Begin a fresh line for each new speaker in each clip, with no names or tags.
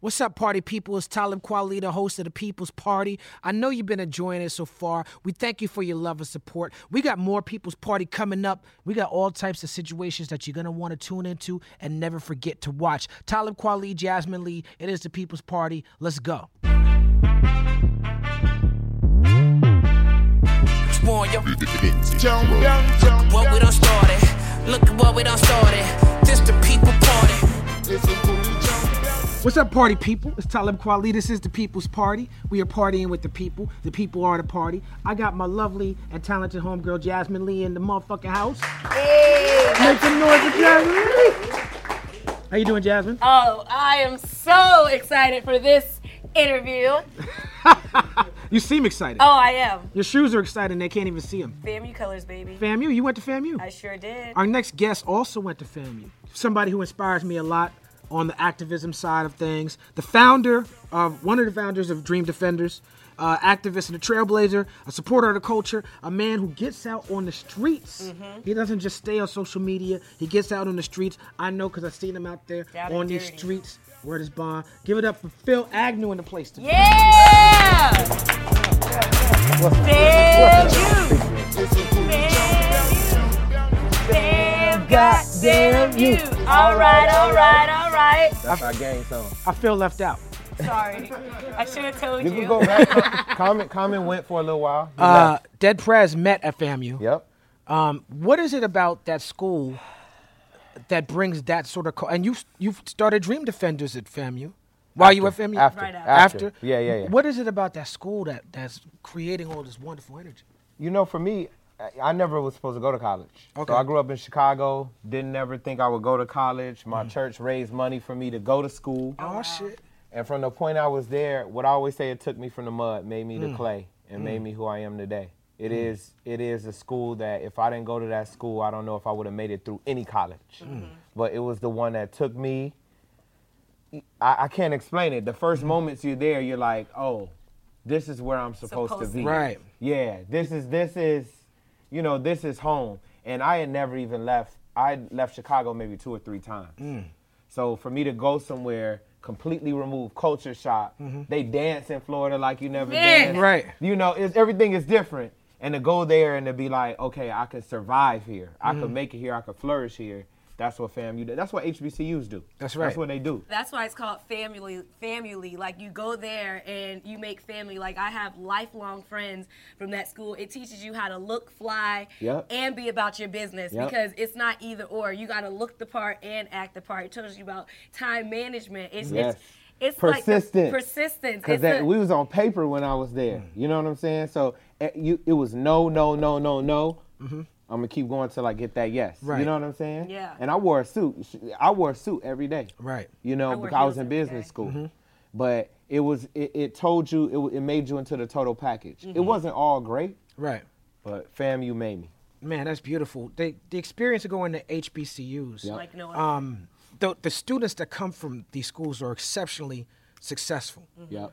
What's up, party people? It's Talib Kweli, the host of the People's Party. I know you've been enjoying it so far. We thank you for your love and support. We got more People's Party coming up. We got all types of situations that you're going to want to tune into and never forget to watch. Talib Kweli, Jasmine Lee, it is the People's Party. Let's go.
Warrior. What we done started. Look at what we done started. This the people party.
What's up, party people? It's Talib Kweli. This is the People's Party. We are partying with the people. The people are the party. I got my lovely and talented homegirl Jasmine Lee in the motherfucking house. Make some noise for Jasmine Lee. How you doing, Jasmine?
Oh, I am so excited for this interview. Oh,
You seem excited.
I am.
Your shoes are excited. and They can't even see them.
FAMU colors, baby.
FAMU, you went to FAMU.
I sure did.
Our next guest also went to FAMU. Somebody who inspires me a lot on the activism side of things. The founder of one of the founders of Dream Defenders, uh, activist and a trailblazer, a supporter of the culture, a man who gets out on the streets.
Mm-hmm.
He doesn't just stay on social media. He gets out on the streets. I know because I've seen him out there
Down and
on these
dirty.
streets. Word is bond. Give it up for Phil Agnew in the place today.
Yeah! FAMU! FAMU! FAM goddamn you! All right, all right, all right.
That's our gang song.
I feel left out.
Sorry. I should have told
You can
you.
go back. Common, Common went for a little while. He
Uh,
left.
Dead Prez met at FAMU.
Yep.
Um, what is it about that school that brings that sort of? Co- and you you started Dream Defenders at FAMU. While you were at FAMU,
After,
Right after.
after. Yeah, yeah, yeah.
What is it about that school that that's creating all this wonderful energy?
You know, for me, I- I never was supposed to go to college.
Okay.
So I grew up in Chicago. Didn't ever think I would go to college. My church raised money for me to go to school.
Mm. Oh, shit!
And from the point I was there, what I always say, it took me from the mud, made me the clay, and made me who I am today. It is, it is a school that if I didn't go to that school, I don't know if I would have made it through any college. But it was the one that took me. I, I can't explain it. The 1st moments you're there, you're like, oh, this is where I'm supposed,
Supposed
to be.
to
Right.
Yeah. This is this is, you know, this is home. And I had never even left. I had left Chicago maybe two or three times.
Mm.
So for me to go somewhere completely removed culture shock, they dance in Florida like you never
Yeah.
danced.
Mm-hmm. Right.
You know, it's, everything is different. And to go there and to be like, okay, I can survive here. I can
Mm-hmm.
make it here. I can flourish here. That's what FAMU. do. That's what HBCUs do.
That's
That's
right.
what they do.
That's why it's called family. Family, like you go there and you make family. Like I have lifelong friends from that school. It teaches you how to look fly
Yep.
and be about your business
Yep.
because it's not either or. You got to look the part and act the part. It tells you about time management. It's
Yes.
it's, it's
Persistence.
Like the persistence.
Cause
It's
that,
the-
we was on paper when I was there.
Mm-hmm.
You know what I'm saying? So eh, you, it was no, no, no, no, no. I'm gonna keep going till I get that yes.
Mm-hmm. Right.
You know what I'm saying?
Yeah.
And I wore a suit. Sh- I wore a suit every day.
Right. Mm-hmm.
You
I
know,
wore
because I was
heels
in
every
business
day.
school. But it was, it, it told you, it, w- it made you into the total package. It
Mm-hmm.
wasn't all great,
Right.
but fam, you made me.
Man, that's beautiful. The the experience of going to HBCUs.
Yeah.
like no other.
Um, the the students that come from these schools are exceptionally successful.
Mm-hmm.
Yep.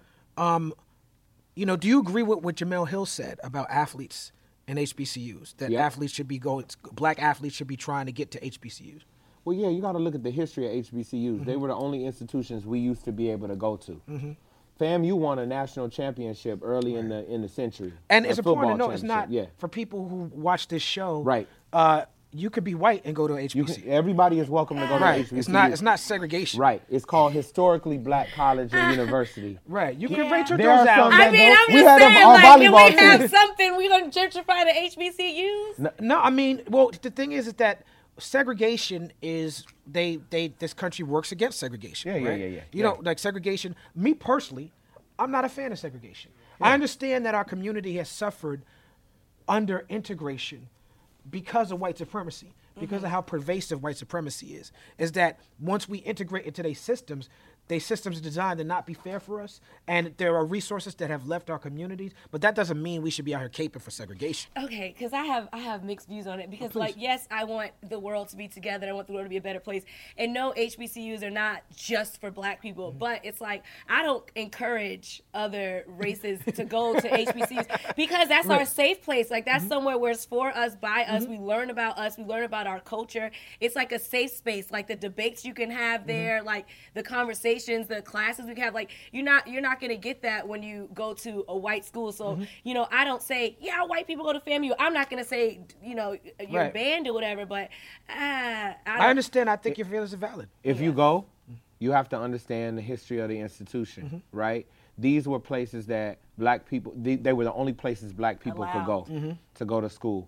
you know, do you agree with what Jamel Hill said about athletes and HBCUs? That
Yeah.
athletes should be going, black athletes should be trying to get to HBCUs.
Well, yeah, you got to look at the history of HBCUs. They
Mm-hmm.
were the only institutions we used to be able to go to. Fam, you won a national championship early in the in the century,
And
A
it's important to
football
know it's not
championship,
for people who watch this show.
Right.
Uh, you could be white and go to
Yeah, you
HBCU.
can, everybody is welcome to go to
right.
HBCU.
It's not. It's not segregation.
Right. It's called historically black college and university.
Right. You
Yeah.
can rate your
There are
doors out.
some
I
that
mean,
go-
I'm
we
just
had them
saying,
on
like, can we
volleyball
have
team.
something? We gonna gentrify the HBCUs?
No, I mean, well, the thing is, is that segregation is they they this country works against segregation.
Yeah, yeah,
right?
yeah, yeah,
You
yeah.
know, like segregation. Me personally, I'm not a fan of segregation. I understand that our community has suffered under integration because of white supremacy, because
Mm-hmm.
of how pervasive white supremacy is. Is that once we integrate into these systems, they systems are designed to not be fair for us, and there are resources that have left our communities. But that doesn't mean we should be out here caping for segregation.
okay because i have i have mixed views on it because like yes i want the world to be together i want the world to be a better place and no hbcus are not just for black people but it's like i don't encourage other races to go to hbcus because that's our safe place like that's somewhere where it's for us by us
Mm-hmm.
we learn about us we
Mm-hmm.
learn about our culture it's like a safe space like the debates you can have there like the conversations accommodations, the classes we have. Like you're not you're not gonna get that when you go to a white school. So
Mm-hmm.
you know, I don't say yeah, white people go to FAMU. I'm not gonna say you know you're
Right.
banned or whatever. But uh, I,
I
don't,
understand. I think your feelings are valid.
If you go, you have to understand the history of the institution, right? These were places that black people, they, they were the only places black people could go
Allowed.
to go to school.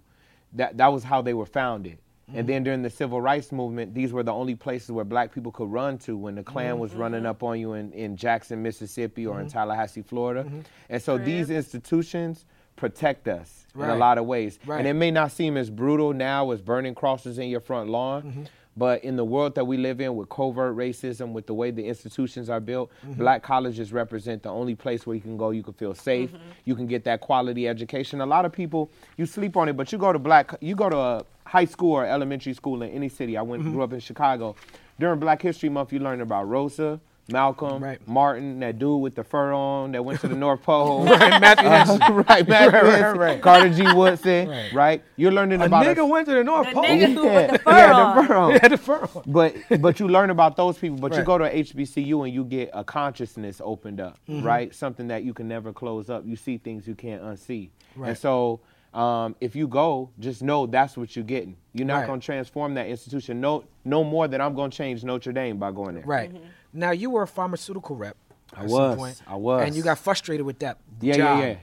That, that was how they were founded. And then during the civil rights movement, these were the only places where black people could run to when the Klan was running up on you in, in Jackson, Mississippi or in Tallahassee, Florida. And so these institutions protect us in a
Right.
lot of ways.
Right.
And it may not seem as brutal now as burning crosses in your front lawn,
Mm-hmm.
but in the world that we live in with covert racism, with the way the institutions are built,
Mm-hmm.
black colleges represent the only place where you can go, you can feel safe,
Mm-hmm.
you can get that quality education. A lot of people, you sleep on it, but you go to black, you go to a high school or elementary school in any city. I went,
Mm-hmm.
grew up in Chicago. During Black History Month, you learn about Rosa. Malcolm,
Right.
Martin, that dude with the fur on that went to the North Pole.
Right, Matthew Henson.
right,
Right,
Matt
right,
Vinson,
right.
Carter G. Woodson,
Right.
right? You're learning
A
about us-
nigga went to the North
The
Pole.
nigga who
Yeah,
with the fur
yeah,
on.
the fur on.
He had the fur on.
But but you learn about those people. But you
Right.
go to a HBCU and you get a consciousness opened up,
Mm-hmm.
right? Something that you can never close up. You see things you can't unsee.
Right.
And so um, if you go, just know that's what you're getting. You're not
Right.
gonna transform that institution. No no more than I'm gonna change Notre Dame by going there.
Right.
Mm-hmm.
Now you were a pharmaceutical rep. I
was, I was.
And you got frustrated with that.
Yeah, yeah,
job.
yeah.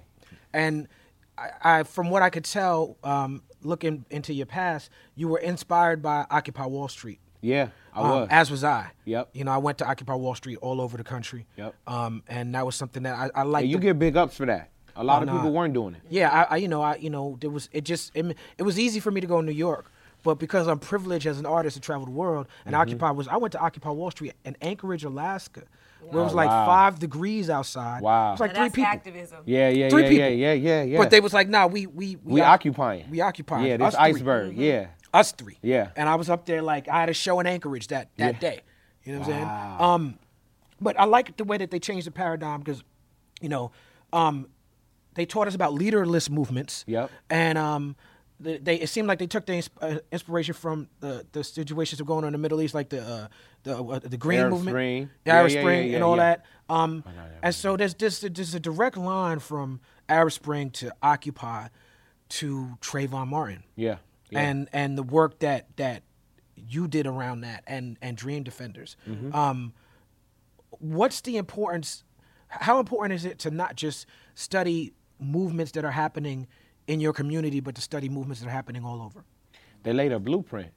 And I, I, from what I could tell, um, looking into your past, you were inspired by Occupy Wall Street.
Yeah, I
Um,
was.
As was I.
Yep.
You know, I went to Occupy Wall Street all over the country.
Yep.
Um, and that was something that I, I liked.
and you
the-
get big ups for that. A lot
Oh,
of
nah.
people weren't doing it.
yeah, I, I, you know, I, you know, there was it just it, it was easy for me to go to New York, but because I'm privileged as an artist to travel the world, and
Mm-hmm.
Occupy was I went to Occupy Wall Street in Anchorage, Alaska, where it was
Oh,
like
wow.
five degrees outside.
Wow.
it was like
Now
three
that's
people.
activism.
Yeah, yeah,
Three
yeah,
people.
yeah, yeah, yeah, yeah.
But they was like, nah, we we
we,
oc-
occupying. Mm-hmm.
We occupying.
Yeah,
Us
this
three.
iceberg. Yeah.
Us three.
Yeah.
And I was up there like I had a show in Anchorage that that
Yeah.
day. You know what I'm
Wow.
saying? Um, but I like the way that they changed the paradigm because, you know, um, they taught us about leaderless movements.
Yep.
And um, the, they it seemed like they took the ins- uh, inspiration from the the situations that were going on in the Middle East, like the uh, the uh, the Green
Arab
movement,
Spring.
the Arab
Yeah, yeah,
Spring,
yeah,
and
yeah,
all
yeah. Oh,
that. Um, and so there's this there's a direct line from Arab Spring to Occupy to Trayvon Martin
Yeah. yeah.
and and the work that that you did around that and and dream defenders um what's the importance how important is it to not just study movements that are happening in your community but to study movements that are happening all over
they laid a blueprint.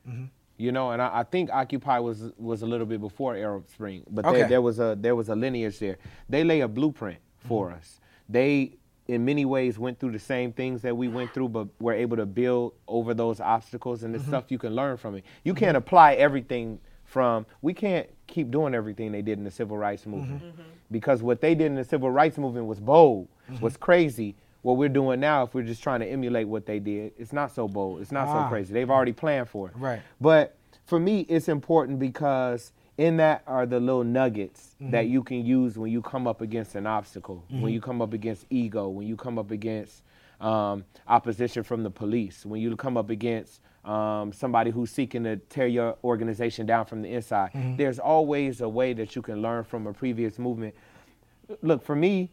You know, and I, I think Occupy was was a little bit before Arab Spring, but
Okay.
there, there was a there was a lineage there. They lay a blueprint for us. They, in many ways, went through the same things that we went through, but were able to build over those obstacles and the stuff you can learn from it. You can't apply everything from. We can't keep doing everything they did in the civil rights movement because what they did in the civil rights movement was bold, was crazy. What we're doing now, if we're just trying to emulate what they did, it's not so bold. It's not
Ah.
so crazy. They've already planned for it.
Right.
But for me, it's important because in that are the little nuggets that you can use when you come up against an obstacle, when you come up against ego, when you come up against um, opposition from the police, when you come up against um, somebody who's seeking to tear your organization down from the inside. There's always a way that you can learn from a previous movement. Look, for me,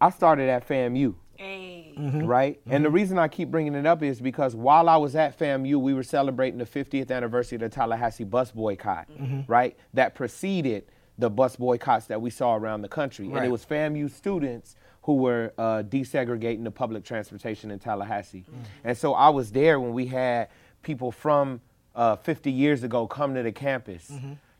I started at FAMU
Hey.
right? And the reason I keep bringing it up is because while I was at FAMU, we were celebrating the 50th anniversary of the Tallahassee bus boycott, right? That preceded the bus boycotts that we saw around the country. And
Right.
it was FAMU students who were uh, desegregating the public transportation in Tallahassee. And so I was there when we had people from uh, 50 years ago come to the campus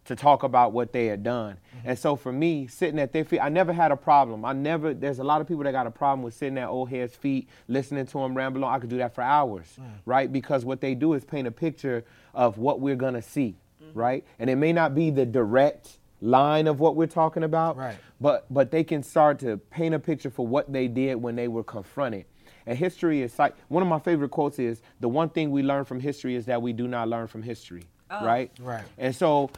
to talk about what they had done. And so for me, sitting at their feet, I never had a problem. I never, there's a lot of people that got a problem with sitting at old heads' feet, listening to them ramble on. I could do that for hours, right? Because what they do is paint a picture of what we're gonna see, right? And it may not be the direct line of what we're talking about,
Right.
but but they can start to paint a picture for what they did when they were confronted. And history is like one of my favorite quotes is the one thing we learn from history is that we do not learn from history,
Oh.
right?
Right.
And so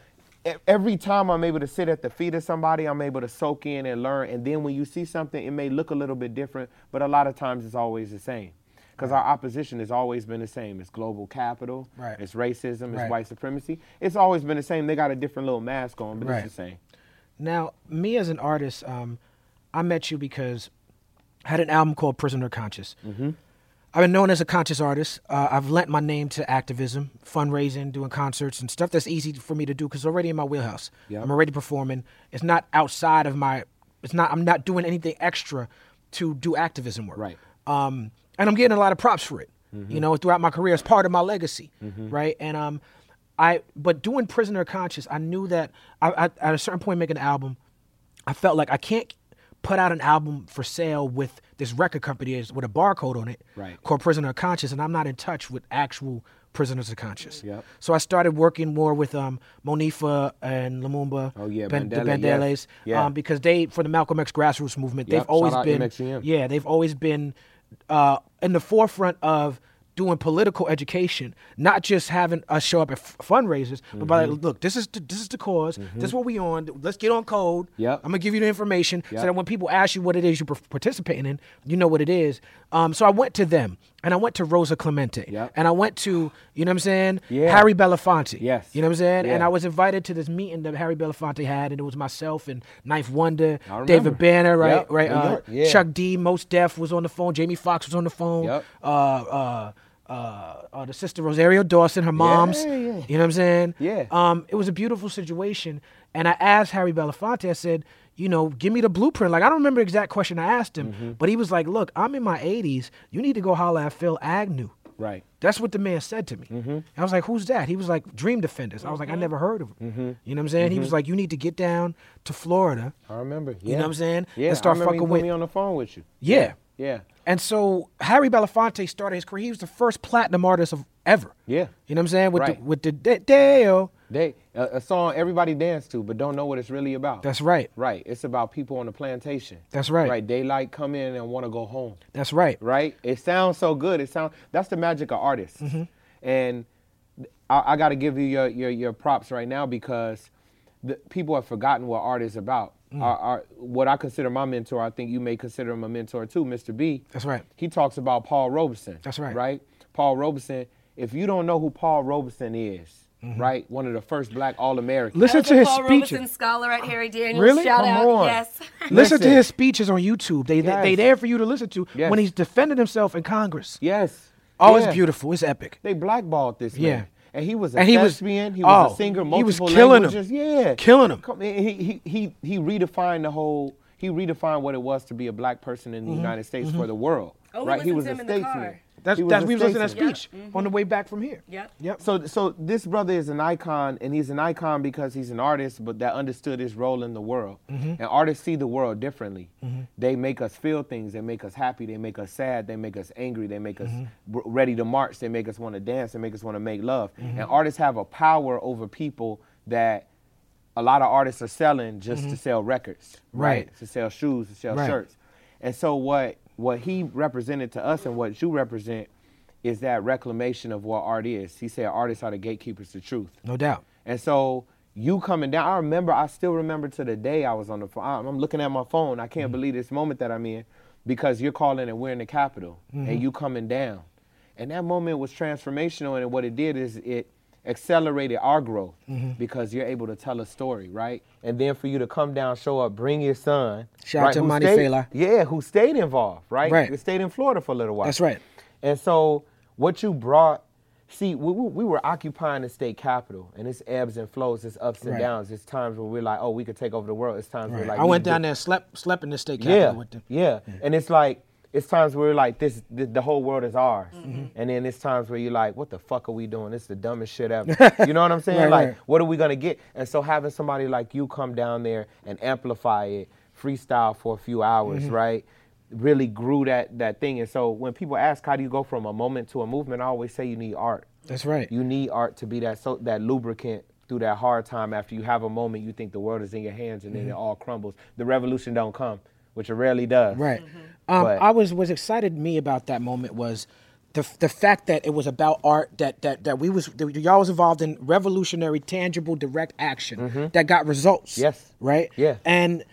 e- every time I'm able to sit at the feet of somebody, I'm able to soak in and learn. And then when you see something, it may look a little bit different, but a lot of times it's always the same. Because our opposition has always been the same. It's global capital,
Right.
it's racism, it's
Right.
white supremacy. It's always been the same. They got a different little mask on, but
Right.
it's the same.
Now, me as an artist, um, I met you because I had an album called Prisoner Conscious. I've been known as a conscious artist. Uh, I've lent my name to activism, fundraising, doing concerts, and stuff that's easy for me to do because it's already in my wheelhouse.
Yep.
I'm already performing. It's not outside of my. It's not. I'm not doing anything extra to do activism work.
Right.
Um, and I'm getting a lot of props for it.
Mm-hmm.
You know, throughout my career, it's part of my legacy, right? And um, I. But doing Prisoner Conscious, I knew that I, I, at a certain point making an album, I felt like I can't put out an album for sale with this record company is with a barcode on it
Right.
called Prisoner of Conscience, and I'm not in touch with actual prisoners of conscience.
Yep.
So I started working more with um, Monifa and Lumumba,
Oh, yeah,
Ben- the
Mandela,
Bandeles,
yes. Yeah.
um, because they for the Malcolm X grassroots movement,
Yep,
they've always
shout out E
been
MXEM.
yeah, they've always been uh, in the forefront of doing political education, not just having us show up at f- fundraisers, but by
Mm-hmm.
like, look, this is the, this is the because this is what we on. Let's get on code.
Yep.
I'm gonna give you the information so
Yep.
that when people ask you what it is you're par- participating in, you know what it is. Um, so I went to them, and I went to Rosa Clemente,
Yep.
and I went to you know what I'm saying,
Yeah.
Harry Belafonte.
Yes.
you know what I'm saying. And
Yeah.
I was invited to this meeting that Harry Belafonte had, and it was myself and Knife Wonder,
I remember.
David Banner, right,
Yep,
right,
New
uh,
York, yeah.
Chuck D, Most Def was on the phone, Jamie Foxx was on the phone,
Yep.
uh, uh, uh, uh, the sister Rosario Dawson, her mom's,
yeah.
you know what I'm saying?
Yeah.
Um, it was a beautiful situation, and I asked Harry Belafonte. I said, you know, give me the blueprint. Like I don't remember the exact question I asked him,
Mm-hmm.
but he was like, look, I'm in my 80s. You need to go holler at Phil Agnew.
Right.
That's what the man said to me.
Mm-hmm.
I was like, "Who's that?" He was like, "Dream Defenders." I was like, "I never heard of him."
Mm-hmm.
You know what I'm saying? He was like, "You need to get down to Florida."
I remember. Yeah.
know what I'm saying?
Yeah.
And start
I remember
fucking
he put
with-
me on the phone with you.
Yeah.
Yeah.
And so Harry Belafonte started his career. He was the first platinum artist of ever.
Yeah.
You know what I'm saying? With
Right.
the, with the de- Dale.
They a, a song everybody dance to, but don't know what it's really about.
That's right.
Right. It's about people on the plantation.
That's right.
Right. Daylight come in and want to go home.
That's right.
Right. It sounds so good. It sounds. That's the magic of artists.
Mm-hmm.
And I, I got to give you your, your your props right now because the, people have forgotten what art is about.
Mm.
Our, our, what I consider my mentor, I think you may consider him a mentor too, Mr. B.
That's right.
He talks about Paul Robeson.
That's right.
Right. Paul Robeson. If you don't know who Paul Robeson is, right, one of the first black All Americans.
Mm-hmm. Listen
Elder
to his
Paul
speeches.
Robeson scholar at Harry Daniels.
Really?
Shout
Come
out.
on.
Yes.
Listen to
Listen.
his speeches on YouTube. They
Yes.
they there for you to listen to
Yes.
when he's defended himself in Congress.
Yes.
Oh, it's
Yeah.
beautiful. It's epic.
They blackballed this
Yeah.
man. And he was a
And he was-
thespian. He was
oh,
a singer.
he was
Multiple
killing 'em.
languages. Yeah,
Killing 'em.
Come- He, he he he redefined the whole. He redefined what it was to be a black person in the United States for the world.
Oh, we
right? He
listened
was
to
a
him in the car.
statesman.
Mm-hmm. That's
He was
that's
a
we was listening to that
statesman.
speech on the way back from here.
Mm-hmm. Yep.
Yep.
So, so this brother is an icon, and he's an icon because he's an artist, but that understood his role in the world.
Mm-hmm.
And artists see the world differently. They make us feel things. They make us happy. They make us sad. They make us angry. They make us
Mm-hmm.
w- ready to march. They make us want to dance. They make us want to make love.
Mm-hmm.
And artists have a power over people that a lot of artists are selling just to sell records,
Mm-hmm. Right.
To sell shoes, to sell
Right.
shirts. And so what what he represented to us and what you represent is that reclamation of what art is. He said artists are the gatekeepers to truth.
No doubt.
And so you coming down, I remember, I still remember to the day I was on the phone. I'm I'm looking at my phone. I can't
Mm-hmm.
believe this moment that I'm in because you're calling and we're in the Capitol
Mm-hmm.
and you coming down. And that moment was transformational. And what it did is it accelerated our growth
Mm-hmm.
because you're able to tell a story, right? And then for you to come down, show up, bring your son.
Shout out
right,
to
who
Monty
stayed-
Fela.
Yeah, who stayed involved, right?
Right.
Who stayed in Florida for a little while.
That's right.
And so what you brought, see, we, we we were occupying the state capital, and it's ebbs and flows, it's ups and
Right.
downs, it's times where we're like, oh, we could take over the world. It's times where like
I
we
went
could
down
do-
there, and slept slept in the state capital
Yeah,
with them.
yeah, and it's like. It's times where we're like this, the, the whole world is ours,
Mm-hmm.
and then it's times where you're like, "What the fuck are we doing? This is the dumbest shit ever." You know what I'm saying?
Right,
like,
right.
what are we gonna get? And so having somebody like you come down there and amplify it, freestyle for a few hours,
Mm-hmm.
right? Really grew that that thing. And so when people ask how do you go from a moment to a movement, I always say you need art.
That's right.
You need art to be that so that lubricant through that hard time. After you have a moment, you think the world is in your hands, and
Mm-hmm.
then it all crumbles. The revolution don't come, which it rarely does. Mm-hmm.
Right. Um,
But-
I was was excited me about that moment was the the fact that it was about art that that that we was that y'all was involved in revolutionary, tangible, direct action that got results.
Mm-hmm. Yes.
Right.
Yeah.
And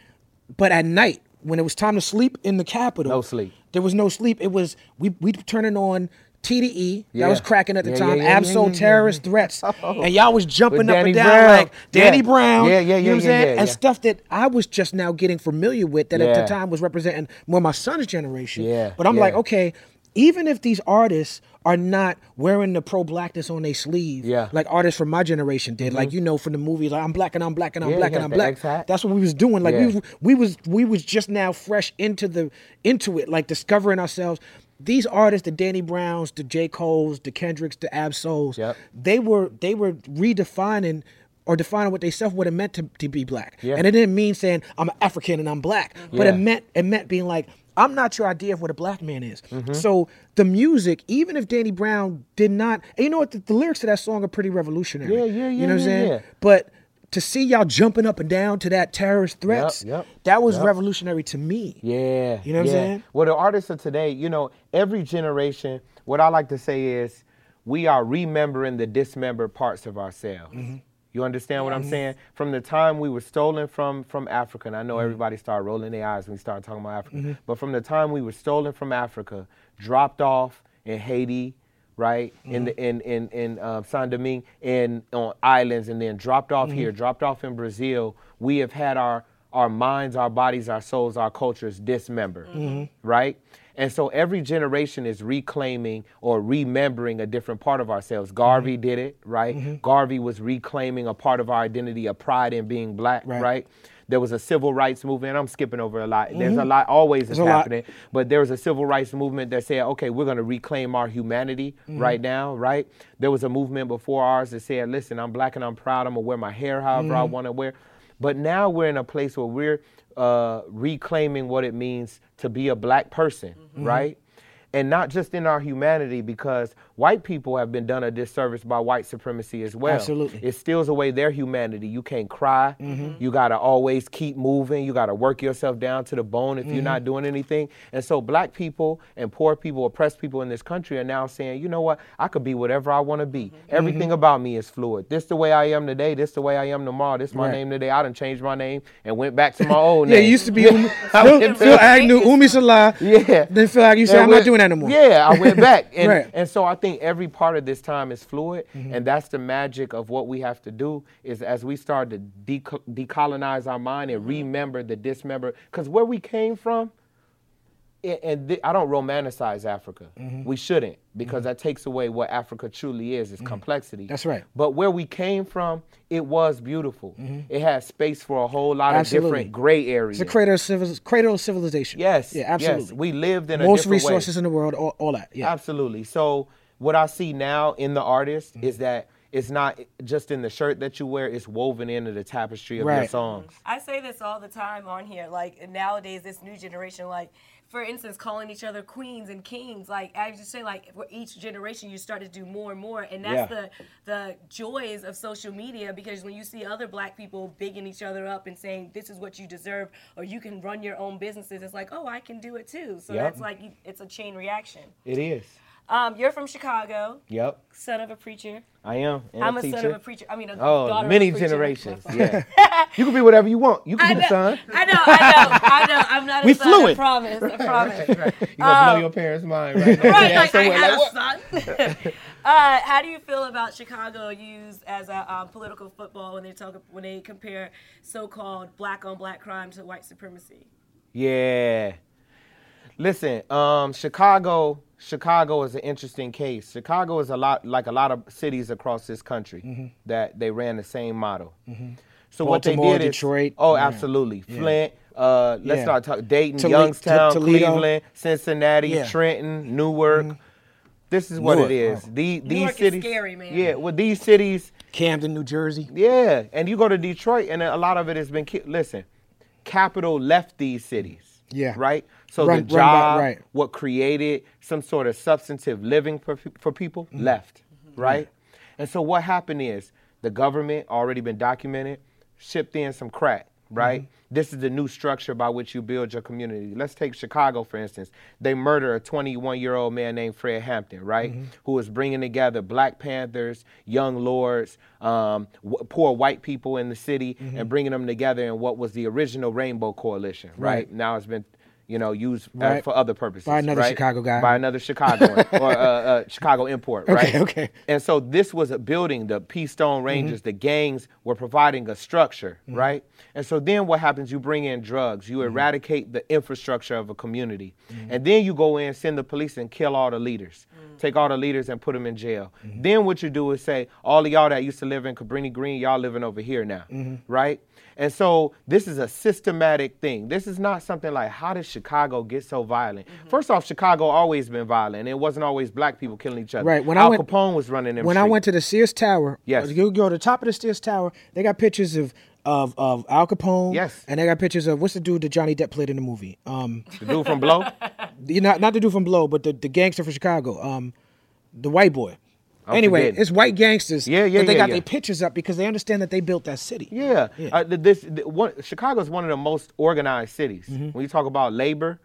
but at night when it was time to sleep in the Capitol,
No sleep.
There was no sleep. It was we we turning on TDE that
Yeah.
was cracking at the
Yeah,
time,
yeah, yeah,
Absol
yeah, yeah, yeah,
terrorist threats, and y'all was jumping
With
up
Danny
and down
Brown.
like Danny
Yeah.
Brown,
Yeah, yeah,
you know
yeah,
what I'm
yeah,
saying,
yeah,
and
yeah.
stuff that I was just now getting familiar with that at the
Yeah.
time was representing more my son's generation.
Yeah,
but I'm like,
yeah.
okay, even if these artists are not wearing the pro blackness on their sleeve,
Yeah. Mm-hmm.
like artists from my generation did, like you know from the movies, like I'm black and I'm black and I'm
Yeah,
black
yeah,
and I'm
the
black.
X-Hat.
That's what we was doing. Like we
Yeah.
was we was we was just now fresh into the into it, like discovering ourselves. These artists, the Danny Browns, the J. Cole's, the Kendricks, the Absols,
Yep.
they were they were redefining or defining what they self what it meant to, to be black.
Yeah.
And it didn't mean saying I'm an African and I'm black. But it
Yeah.
meant it meant being like, I'm not your idea of what a black man is.
Mm-hmm.
So the music, even if Danny Brown did not and you know what the, the lyrics to that song are pretty revolutionary.
Yeah, yeah,
You
yeah,
know what I'm
yeah,
saying?
yeah.
But to see y'all jumping up and down to that terrorist threats,
yep,
that was
yep.
revolutionary to me.
Yeah.
You know what I'm
yeah.
saying?
Well, the artists of today, you know, every generation, what I like to say is we are remembering the dismembered parts of ourselves.
Mm-hmm.
You understand what I'm saying? From the time we were stolen from from Africa, and I
Mm-hmm.
know everybody started rolling their eyes when we started talking about Africa, but from the time we were stolen from Africa, dropped off in Haiti, right in the in in in uh, San Domingue and on islands, and then dropped off here, dropped off in Brazil. We have had our our minds, our bodies, our souls, our cultures dismembered, right? And so every generation is reclaiming or remembering a different part of ourselves. Garvey did it, right? Garvey was reclaiming a part of our identity, a pride in being black,
Right.
right? There was a civil rights movement. I'm skipping over a lot. There's a lot always is
a lot.
happening, but there was a civil rights movement that said, okay, we're going to reclaim our humanity right now, right? There was a movement before ours that said, listen, I'm black and I'm proud. I'm going to wear my hair however I want to wear. But now we're in a place where we're uh, reclaiming what it means to be a black person, right? And not just in our humanity, because white people have been done a disservice by white supremacy as well.
Absolutely.
It steals away their humanity. You can't cry.
Mm-hmm.
You gotta always keep moving. You gotta work yourself down to the bone if you're
Mm-hmm.
not doing anything. And so black people and poor people, oppressed people in this country are now saying, you know what, I could be whatever I wanna be.
Mm-hmm.
Everything about me is fluid. This the way I am today, this the way I am tomorrow, this my
Right.
name today. I done changed my name and went back to my old
Yeah,
name.
it used to be Umi, Phil,
went
Phil
back.
Agnew, Umi Salah.
Yeah.
Then Phil Agnew said,
And
"I'm
went-
not doing that anymore."
Yeah, I went back. And,
Right. Mm-hmm.
and so I think every part of this time is fluid. And that's the magic of what we have to do is as we start to deco- decolonize our mind
Mm-hmm.
and remember the dismember. Because where we came from, a- and thi- I don't romanticize Africa.
Mm-hmm.
We shouldn't because that takes away what Africa truly is, its complexity.
Mm-hmm. That's right. Mm-hmm.
But where we came from, it was beautiful. It had space for a whole lot
Absolutely.
of different gray areas.
It's a crater of civil, cradle of civilization.
Yes.
Yeah,
yes.
absolutely.
We lived in a
Most
different way.
resources in the world, all, all that. Yeah.
Absolutely. So what I see now in the artist
Mm-hmm.
is that it's not just in the shirt that you wear, it's woven into the tapestry of your
Right.
songs.
I say this all the time on here. Like nowadays, this new generation, like for instance, calling each other queens and kings. Like I just say, like for each generation, you start to do more and more, and that's
Yeah.
the the joys of social media because when you see other black people bigging each other up and saying this is what you deserve or you can run your own businesses, it's like oh I can do it too. So
Yep.
that's like you- it's a chain reaction.
It is.
Um, you're from Chicago,
Yep.
son of a preacher.
I am. And
I'm a
teacher.
son of a preacher. I mean, a
Oh,
daughter
many
of a preacher. My
generations.
fault.
Yeah. you can be whatever you want. You
I
can be
know,
the son.
I know, I know, I know. I'm not a
We
son. I
fluent.
promise. I promise. right,
You're gonna blow your parents' mind right now. Yeah,
like I
somewhere
had
like,
a son. uh, how do you feel about Chicago used as a um, political football when they talk when they compare so-called black-on-black crime to white supremacy?
Yeah. Listen, um, Chicago, Chicago is an interesting case. Chicago is a lot like a lot of cities across this country
Mm-hmm.
that they ran the same model. So what
Baltimore,
they did is
Detroit.
oh,
Yeah.
absolutely, Flint. Uh, let's
Yeah.
not talk Dayton,
Tole-
Youngstown,
T- Toledo.
Cleveland, Cincinnati,
Yeah. Mm-hmm.
Trenton, Newark. This is what
Newark,
it is.
wow.
The- these
Newark is
cities,
scary, man.
Yeah, well, these cities
Camden, New Jersey.
yeah, and you go to Detroit, and a lot of it has been ki- listen. Capital left these cities.
Yeah.
Right. So
Run-
the
run by-
job,
right.
what created some sort of substantive living for, pe- for people,
Mm-hmm.
left. Right. And so what happened is the government already been documented, shipped in some crack.
Mm-hmm.
Right. This is the new structure by which you build your community. Let's take Chicago for instance. They murder a 21 year old man named Fred Hampton. Right.
Mm-hmm.
Who was bringing together Black Panthers, Young Lords, um, w- poor white
Mm-hmm.
people in the city, and bringing them together in what was the original Rainbow Coalition.
Right.
right? Now it's been you know, used uh,
Right.
for other purposes.
By another
right?
Chicago guy.
By another Chicagoan or uh, uh, Chicago import, right?
Okay, okay.
And so this was a building, the Peastone
Mm-hmm.
Rangers, the gangs were providing a structure, right? And so then what happens? You bring in drugs,
Mm-hmm.
you eradicate the infrastructure of a community. And then you go in, send the police, and kill all the leaders. Take all the leaders and put them in jail.
Mm-hmm.
Then what you do is say, all of y'all that used to live in Cabrini Green, y'all living over here now,
Mm-hmm.
right? And so this is a systematic thing. This is not something like, how did Chicago get so violent? First off, Chicago always been violent. It wasn't always black people killing each other.
Right, when I
Al
went-
Capone was running them
when I
streets.
went to the Sears Tower,
Yes.
you go to the top of the Sears Tower. They got pictures of of of Al Capone.
Yes.
and they got pictures of what's the dude that Johnny Depp played in the movie? Um,
The dude from Blow?
you not not the dude from Blow, but the, the gangster from Chicago. Um, the white boy.
I'm
anyway,
forgetting.
it's white gangsters.
Yeah, yeah,
But they
yeah,
got
yeah.
their pictures up because they understand that they built that city.
Yeah. Uh, th- this, th- one, Chicago is one of the most organized cities.
Mm-hmm.
When you talk about labor,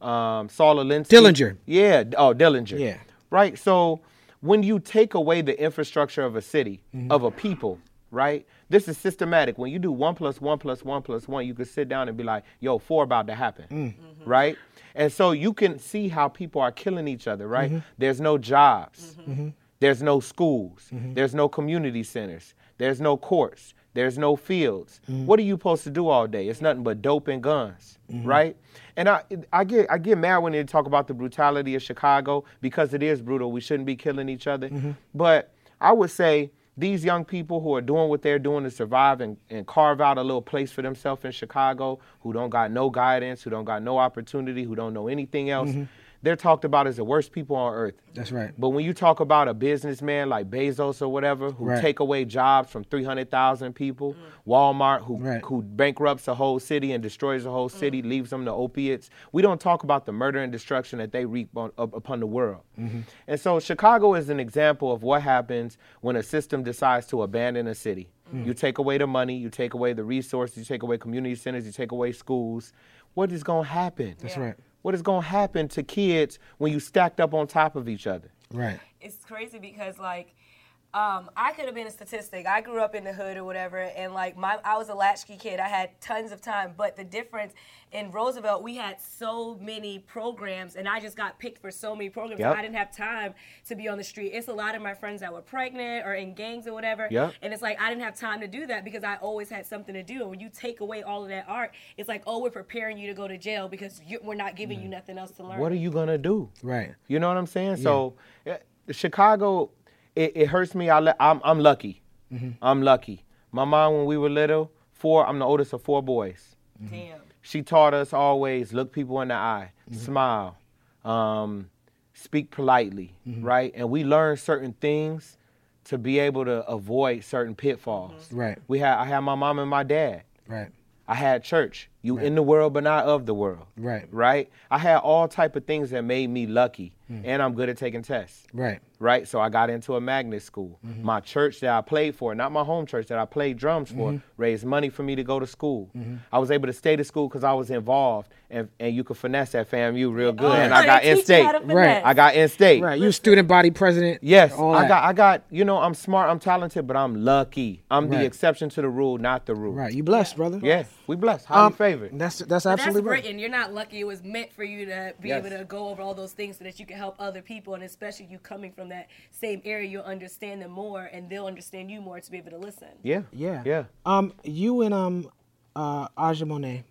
um, Saul Alinsky.
Dillinger.
Yeah. d- Oh, Dillinger.
Yeah.
Right. So when you take away the infrastructure of a city,
Mm-hmm.
of a people, right? This is systematic. When you do one plus one plus one plus one, you can sit down and be like, yo, four about to happen.
Mm.
Right? And so you can see how people are killing each other, right?
Mm-hmm.
There's no jobs. There's no schools.
Mm-hmm.
There's no community centers. There's no courts. There's no fields.
Mm-hmm.
What are you supposed to do all day? It's nothing but dope and guns, right? And I, I get, I get mad when they talk about the brutality of Chicago because it is brutal. We shouldn't be killing each other.
Mm-hmm.
But I would say these young people who are doing what they're doing to survive and, and carve out a little place for themselves in Chicago, who don't got no guidance, who don't got no opportunity, who don't know anything else, they're talked about as the worst people on earth.
Mm-hmm. That's right.
But when you talk about a businessman like Bezos or whatever, who
Right.
take away jobs from 300,000 people, Walmart, who,
Right.
who bankrupts a whole city and destroys a whole city, leaves them to opiates, we don't talk about the murder and destruction that they reap on, up, upon the world.
Mm-hmm.
And so Chicago is an example of what happens when a system decides to abandon a city. You take away the money, you take away the resources, you take away community centers, you take away schools. What is going to happen?
That's right.
What is going to happen to kids when you stacked up on top of each other?
Right.
it's crazy because like um, I could have been a statistic. I grew up in the hood or whatever, and like my, I was a latchkey kid. I had tons of time, but the difference in Roosevelt, we had so many programs, and I just got picked for so many programs.
Yep.
I didn't have time to be on the street. It's a lot of my friends that were pregnant or in gangs or whatever,
Yep.
and it's like I didn't have time to do that because I always had something to do. And when you take away all of that art, it's like, oh, we're preparing you to go to jail because you, we're not giving you nothing else to learn.
Mm. What are you gonna do?
Right.
You know what I'm saying? So, eh, Chicago, it, it hurts me. I, le- I'm, I'm lucky.
Mm-hmm.
I'm lucky. My mom, when we were little, four. I'm the oldest of four boys.
Damn.
She taught us always look people in the eye,
Mm-hmm.
smile, um, speak politely,
Mm-hmm.
right? And we learn certain things to be able to avoid certain pitfalls.
Right.
We had I had my mom and my dad.
Right.
I had church. You in the world, but not of the world.
Right.
Right. I had all type of things that made me lucky, and I'm good at taking tests.
Hmm. Right. Mm-hmm.
Right. So I got into a magnet school. My church that I played for, not my home church that I played drums for,
Mm-hmm.
raised money for me to go to school. I was able to stay to school because I was involved, and, and you could finesse at FAMU real good. and I
Oh, They
got in
teach you
state.
how to
Right.
finesse.
I got in state.
Right. You student body president.
Yes,
All
I
that.
got. I got. You know, I'm smart. I'm talented, but I'm lucky. I'm
Right.
the exception to the rule, not the rule.
Right. You blessed, brother.
Yes, we blessed. Highly
Um,
favored.
That's that's
But that's
absolutely right.
Britain. You're not lucky. It was meant for you to be
Yes.
able to go over all those things so that you can help other people, and especially you coming from that same area, you'll understand them more, and they'll understand you more to be able to listen.
Yeah.
Yeah.
Yeah.
Um, you and um, uh, Aja Monet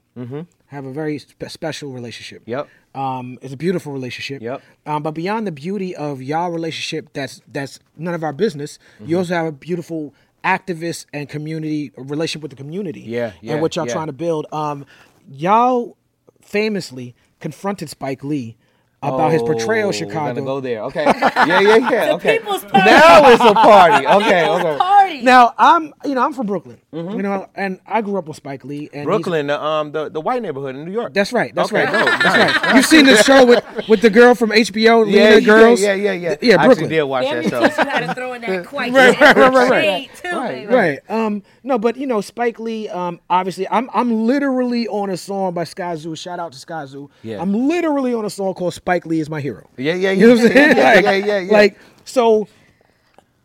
have a very spe- special relationship.
Mm-hmm. Yep.
Um, it's a beautiful relationship.
Yep.
Um, but beyond the beauty of y'all relationship, that's that's none of our business.
Mm-hmm.
You also have a beautiful activist and community relationship with the community.
Yeah, yeah,
And what y'all
yeah.
trying to build. Um, y'all famously confronted Spike Lee about his portrayal
Oh,
of Chicago.
We're gonna go there. Okay. Yeah, yeah, yeah. okay.
people's party.
now it's a party. Okay, okay.
Party.
Now I'm, you know, I'm from Brooklyn, you know, and I grew up with Spike Lee. And he's-
Mm-hmm. Brooklyn, the um, the, the white neighborhood in New York.
That's right. That's
Okay,
right.
dope.
that's right. You've seen the show with, with the girl from HBO, Lena
yeah,
Girls.
Yeah, yeah, yeah.
Th- Yeah,
I
Brooklyn.
actually did watch
Damn, you
that
teach
show.
you how to throw in that quite
Right, right, right, right, right.
shade, too,
Right,
baby.
Right. Um. No, but you know, Spike Lee. Um. Obviously, I'm I'm literally on a song by Sky Zoo. Shout out to Sky Zoo.
Yeah.
I'm literally on a song called "Spike Lee is My Hero."
Yeah, yeah, yeah.
You know what I'm saying?
Yeah,
Like,
yeah, yeah, yeah.
Like so,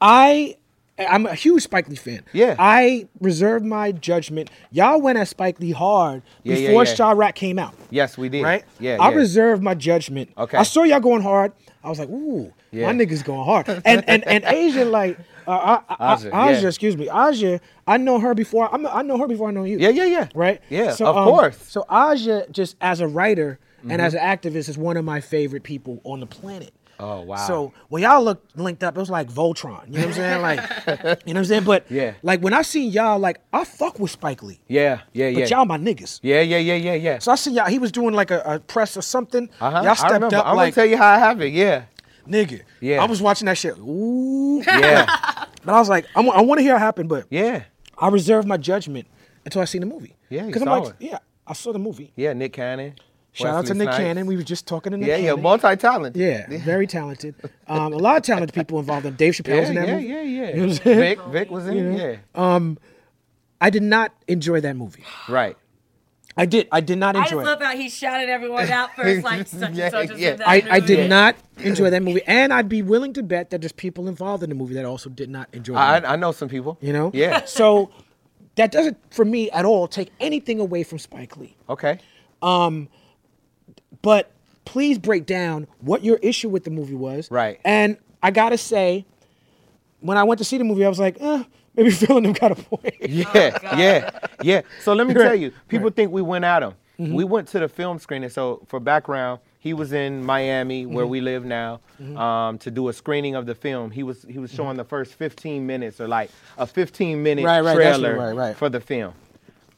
I I'm a huge Spike Lee fan.
Yeah.
I reserved my judgment. Y'all went at Spike Lee hard
Yeah, yeah,
before
yeah.
Shaw Rock came out.
Yes, we did.
Right?
Yeah.
I
yeah.
reserved my judgment.
Okay.
I saw y'all going hard. I was like, ooh,
Yeah.
my niggas going hard. And and and Asia like uh, I, I,
Aja,
Aja,
yeah.
excuse me, Aja. I know her before. I'm, I know her before I know you.
Yeah, yeah, yeah.
Right.
Yeah,
So,
of
um,
course. Mm-hmm.
So Aja, just as a writer and as an activist, is one of my favorite people on the planet.
Oh, wow.
So when y'all looked linked up, it was like Voltron. You know what I'm saying? Like, you know what I'm saying? But
Yeah.
like when I seen y'all, like I fuck with Spike Lee,
Yeah, yeah, yeah.
but y'all my niggas.
yeah, yeah, yeah, yeah, yeah.
So I seen y'all. He was doing like a, a press or something.
Uh-huh.
Y'all
I
stepped
remember.
up
I'm
like
gonna tell you how it happened. Yeah,
nigga.
Yeah.
I was watching that shit. Ooh.
yeah,
But I was like, I'm, I want to hear it happen, but
yeah,
I reserve my judgment until I see the movie.
Yeah, you
I'm
saw
like,
it.
yeah, I saw the movie.
yeah. Nick Cannon.
Shout out to
Wesley
Nick
Snipes.
Cannon. We were just talking to Nick
yeah, yeah,
Cannon.
multi-talent.
Yeah, very talented. Um, a lot of talented people involved. In Dave Chappelle was
yeah,
in that
yeah,
movie.
yeah,
You know
yeah.
what I'm saying?
Vic, Vic was in. it. Yeah,
I did not enjoy that movie.
right.
I did. I did not
I just
enjoy it.
love how he shouted everyone out first, like such
Yeah,
and such. was
yeah.
in that
I, I did
movie.
not enjoy that movie, and I'd be willing to bet that there's people involved in the movie that also did not enjoy. the
I
movie,
I know some people.
you know.
Yeah.
So that doesn't, for me at all, take anything away from Spike Lee.
Okay.
but please break down what your issue with the movie was.
Right.
And I gotta say, when I went to see the movie, I was like, eh, maybe Phil and them got a point.
Yeah, yeah, yeah. So let me
Oh, Right. Mm-hmm.
tell you, people think we went at him. We went to the film screening. So for background, he was in Miami, where
Mm-hmm.
we live now, um, to do a screening of the film. He was he
Mm-hmm.
was showing the first 15 minutes or like a 15 minute
Right, right, that's what-
trailer
right, right.
for the film.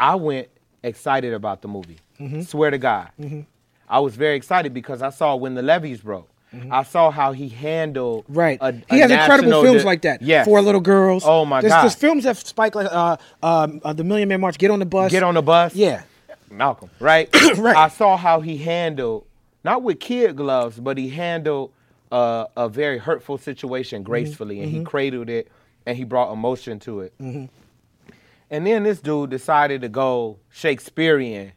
I went excited about the movie.
Mm-hmm.
Swear to God, I was very excited because I saw when the levees broke. I saw how he handled
Mm-hmm. Right.
a-
he
a
has incredible
national
films
di-
like that.
Yes.
Four Little Girls.
Oh my
there's,
God.
There's films that Spike, like, uh, um, uh, The Million Man March, Get on the Bus.
Get on the bus.
Yeah.
Malcolm, right?
Right.
I saw how he handled, not with kid gloves, but he handled uh, a very hurtful situation
Mm-hmm.
gracefully, and he cradled it, and he brought emotion to it.
Mm-hmm.
And then this dude decided to go Shakespearean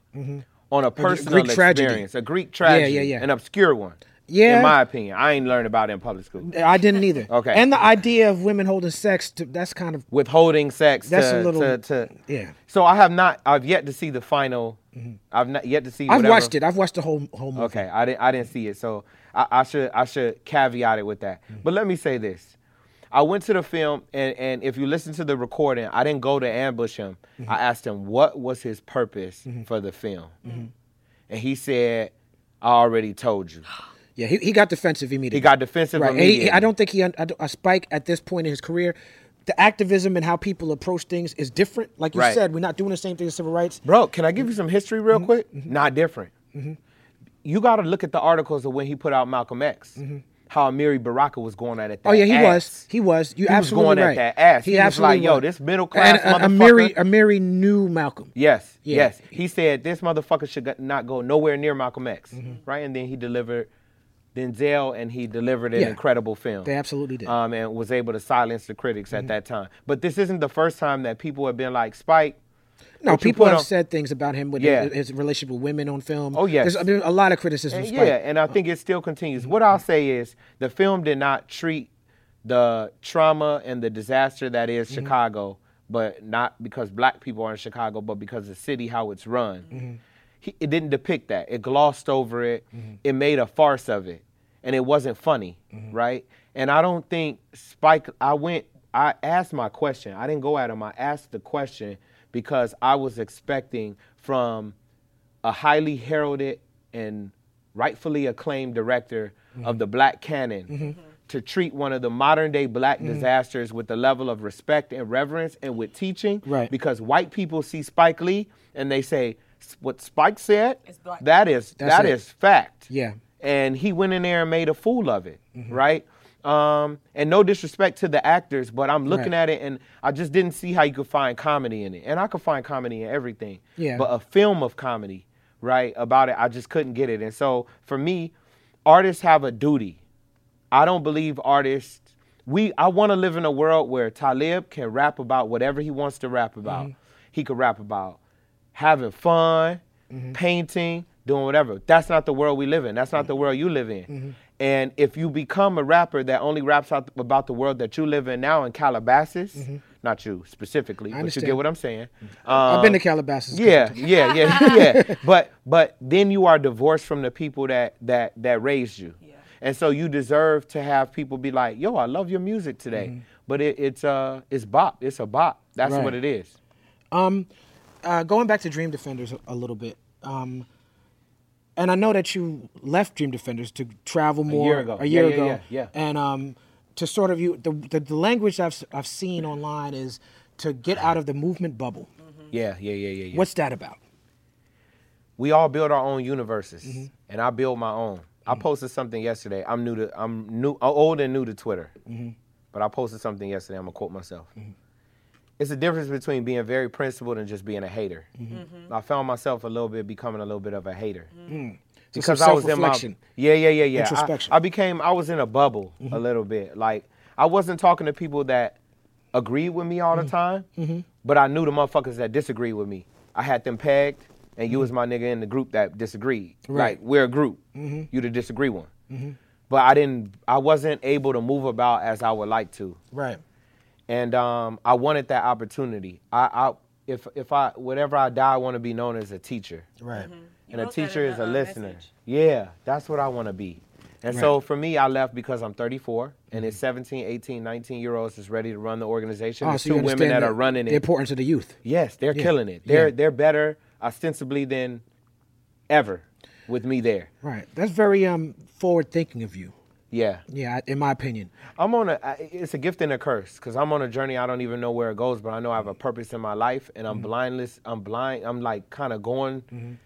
on a personal
Mm-hmm. Greek tragedy.
experience, a Greek tragedy,
yeah.
an obscure one.
Yeah.
in my opinion, I ain't learned about it in public school.
I didn't either.
Okay.
And the idea of women holding sex, to, that's kind of,
Withholding sex.
That's
to,
a little-
to, to-
yeah. Mm-hmm.
So I have not. I've yet to see the final. I've not yet to see.
I've
whatever-
watched it. I've watched the whole, whole movie.
Okay, I didn't I didn't see it, so I, I should I should caveat it with that.
Mm.
But let me say this: I went to the film, and and if you listen to the recording, I didn't go to ambush him.
Mm-hmm.
I asked him what was his purpose for the film,
Mm-hmm.
and he said, "I already told you."
Yeah, he, he got defensive immediately.
He got defensive
Right. and he-
immediately.
I don't think he. un- I, don't- uh, Spike at this point in his career, the activism and how people approach things is different. Like you
Right.
said, we're not doing the same thing as civil rights.
Bro, can I give you
Mm-hmm.
some history real quick? Not different. You got to look at the articles of when he put out Malcolm X. How Amiri Baraka was going at it.
Mm-hmm. Oh yeah, he was.
ass.
He was. You
He was
absolutely
going at
right.
that ass. He was like, yo,
was.
this middle class
And, uh, Amiri,
motherfucker-
Amiri knew Malcolm.
Yes,
Yeah.
yes. He said this motherfucker should go- not go nowhere near Malcolm X,
Mm-hmm.
right? And then he delivered Denzel, and he delivered an
Yeah.
incredible film.
They absolutely did. Mm-hmm.
Um, and was able to silence the critics at that time. But this isn't the first time that people have been like Spike.
No,
what you
people
put
have
on-
said things about him with
Yeah.
his, his relationship with women on film.
Oh, yes.
there's been a lot of criticism. of
And
Spike.
Yeah, and I think it still continues. What I'll say is the film did not treat the trauma and the disaster that is Chicago, but not because black people are in Chicago, but because the city, how it's run. He, it didn't depict that. It glossed over it. It made a farce of it, and it wasn't funny, right? And I don't think Spike. I went. I asked my question. I didn't go at him. I asked the question because I was expecting from a highly heralded and rightfully acclaimed director
Mm-hmm.
of the black canon to treat one of the modern day black
Mm-hmm.
disasters with the level of respect and reverence and with teaching
Right.
because white people see Spike Lee and they say "S- what Spike said
It's black."
that is
That's
That's
it.
fact
Yeah.
and he went in there and made a fool of it
Mm-hmm.
right um, and no disrespect to the actors but I'm looking
Right.
at it and I just didn't see how you could find comedy in it and I could find comedy in everything
Yeah.
but a film of comedy, right? About it, I just couldn't get it. And so for me, artists have a duty. I don't believe artists. We I want to live in a world where Talib can rap about whatever he wants to rap about.
Mm-hmm.
He could rap about having
Mm-hmm. Mm-hmm.
fun, painting, doing whatever. That's not the world we live in. That's not the world you live in. And if you become a rapper that only raps out about the world that you live in now in Calabasas, not you specifically, but you
Mm-hmm. understand.
get what I'm saying.
I've been to Calabasas.
um, Yeah, yeah, yeah, yeah. But but then you are divorced from the people that that that raised you,
Yeah.
and so you deserve to have people be like, "Yo, I love your music today." But it, it's uh it's bop, it's a bop. That's
Mm-hmm. Right.
what it is.
uh, going back to Dream Defenders a, a little bit, um, and I know that you left Dream Defenders to travel more
year ago.
A year
Yeah, yeah,
ago,
yeah, yeah.
And um, to sort of you, the, the the language I've s- I've seen online is to get out of the movement bubble.
Yeah, yeah, yeah, yeah, yeah.
What's that about?
we all build our own universes,
Mm-hmm.
and I build my own. I posted something yesterday. I'm new to I'm new I'm old and new to Twitter,
Mm-hmm.
but I posted something yesterday. I'm gonna quote myself. It's a difference between being very principled and just being a hater.
Mm-hmm.
I found myself a little bit becoming a little bit of a hater
So some
because I was in
Mm.
my
self-reflection.
yeah yeah yeah yeah I-
Introspection. Mm-hmm.
I, became I was in a bubble a little bit. Like I wasn't talking to people that agreed with me
Mm-hmm.
all the time, but I knew the motherfuckers that disagreed with me. I had them pegged, and you was my nigga in the group that disagreed.
Mm-hmm. Right. Mm-hmm.
Like we're a group. You the disagree one. But I didn't. I wasn't able to move about as I would like to
Right.
and um, I wanted that opportunity. I, I if if I whatever I die, I want to be known as a teacher,
Right.
and a
wrote that in
teacher is
the,
a
uh,
listener.
message.
Yeah, that's what I want to be. And so for me, I left because I'm 34, and it's 17, 18, 19 year olds is ready to run the organization.
Mm-hmm. Oh,
There's
so you
two women
understand
that
the-
are running
the
it.
importance of the youth.
Yes, they're
Yeah,
killing it. They're
yeah.
they're better ostensibly than ever with me there.
Right. That's very um forward thinking of you.
Yeah.
Yeah, I- in my opinion.
I'm on a. I- It's a gift and a curse because I'm on a journey. I don't even know where it goes, but I know I have a purpose in my life, and
Mm-hmm.
I'm blindless. I'm blind. I'm like kind of going.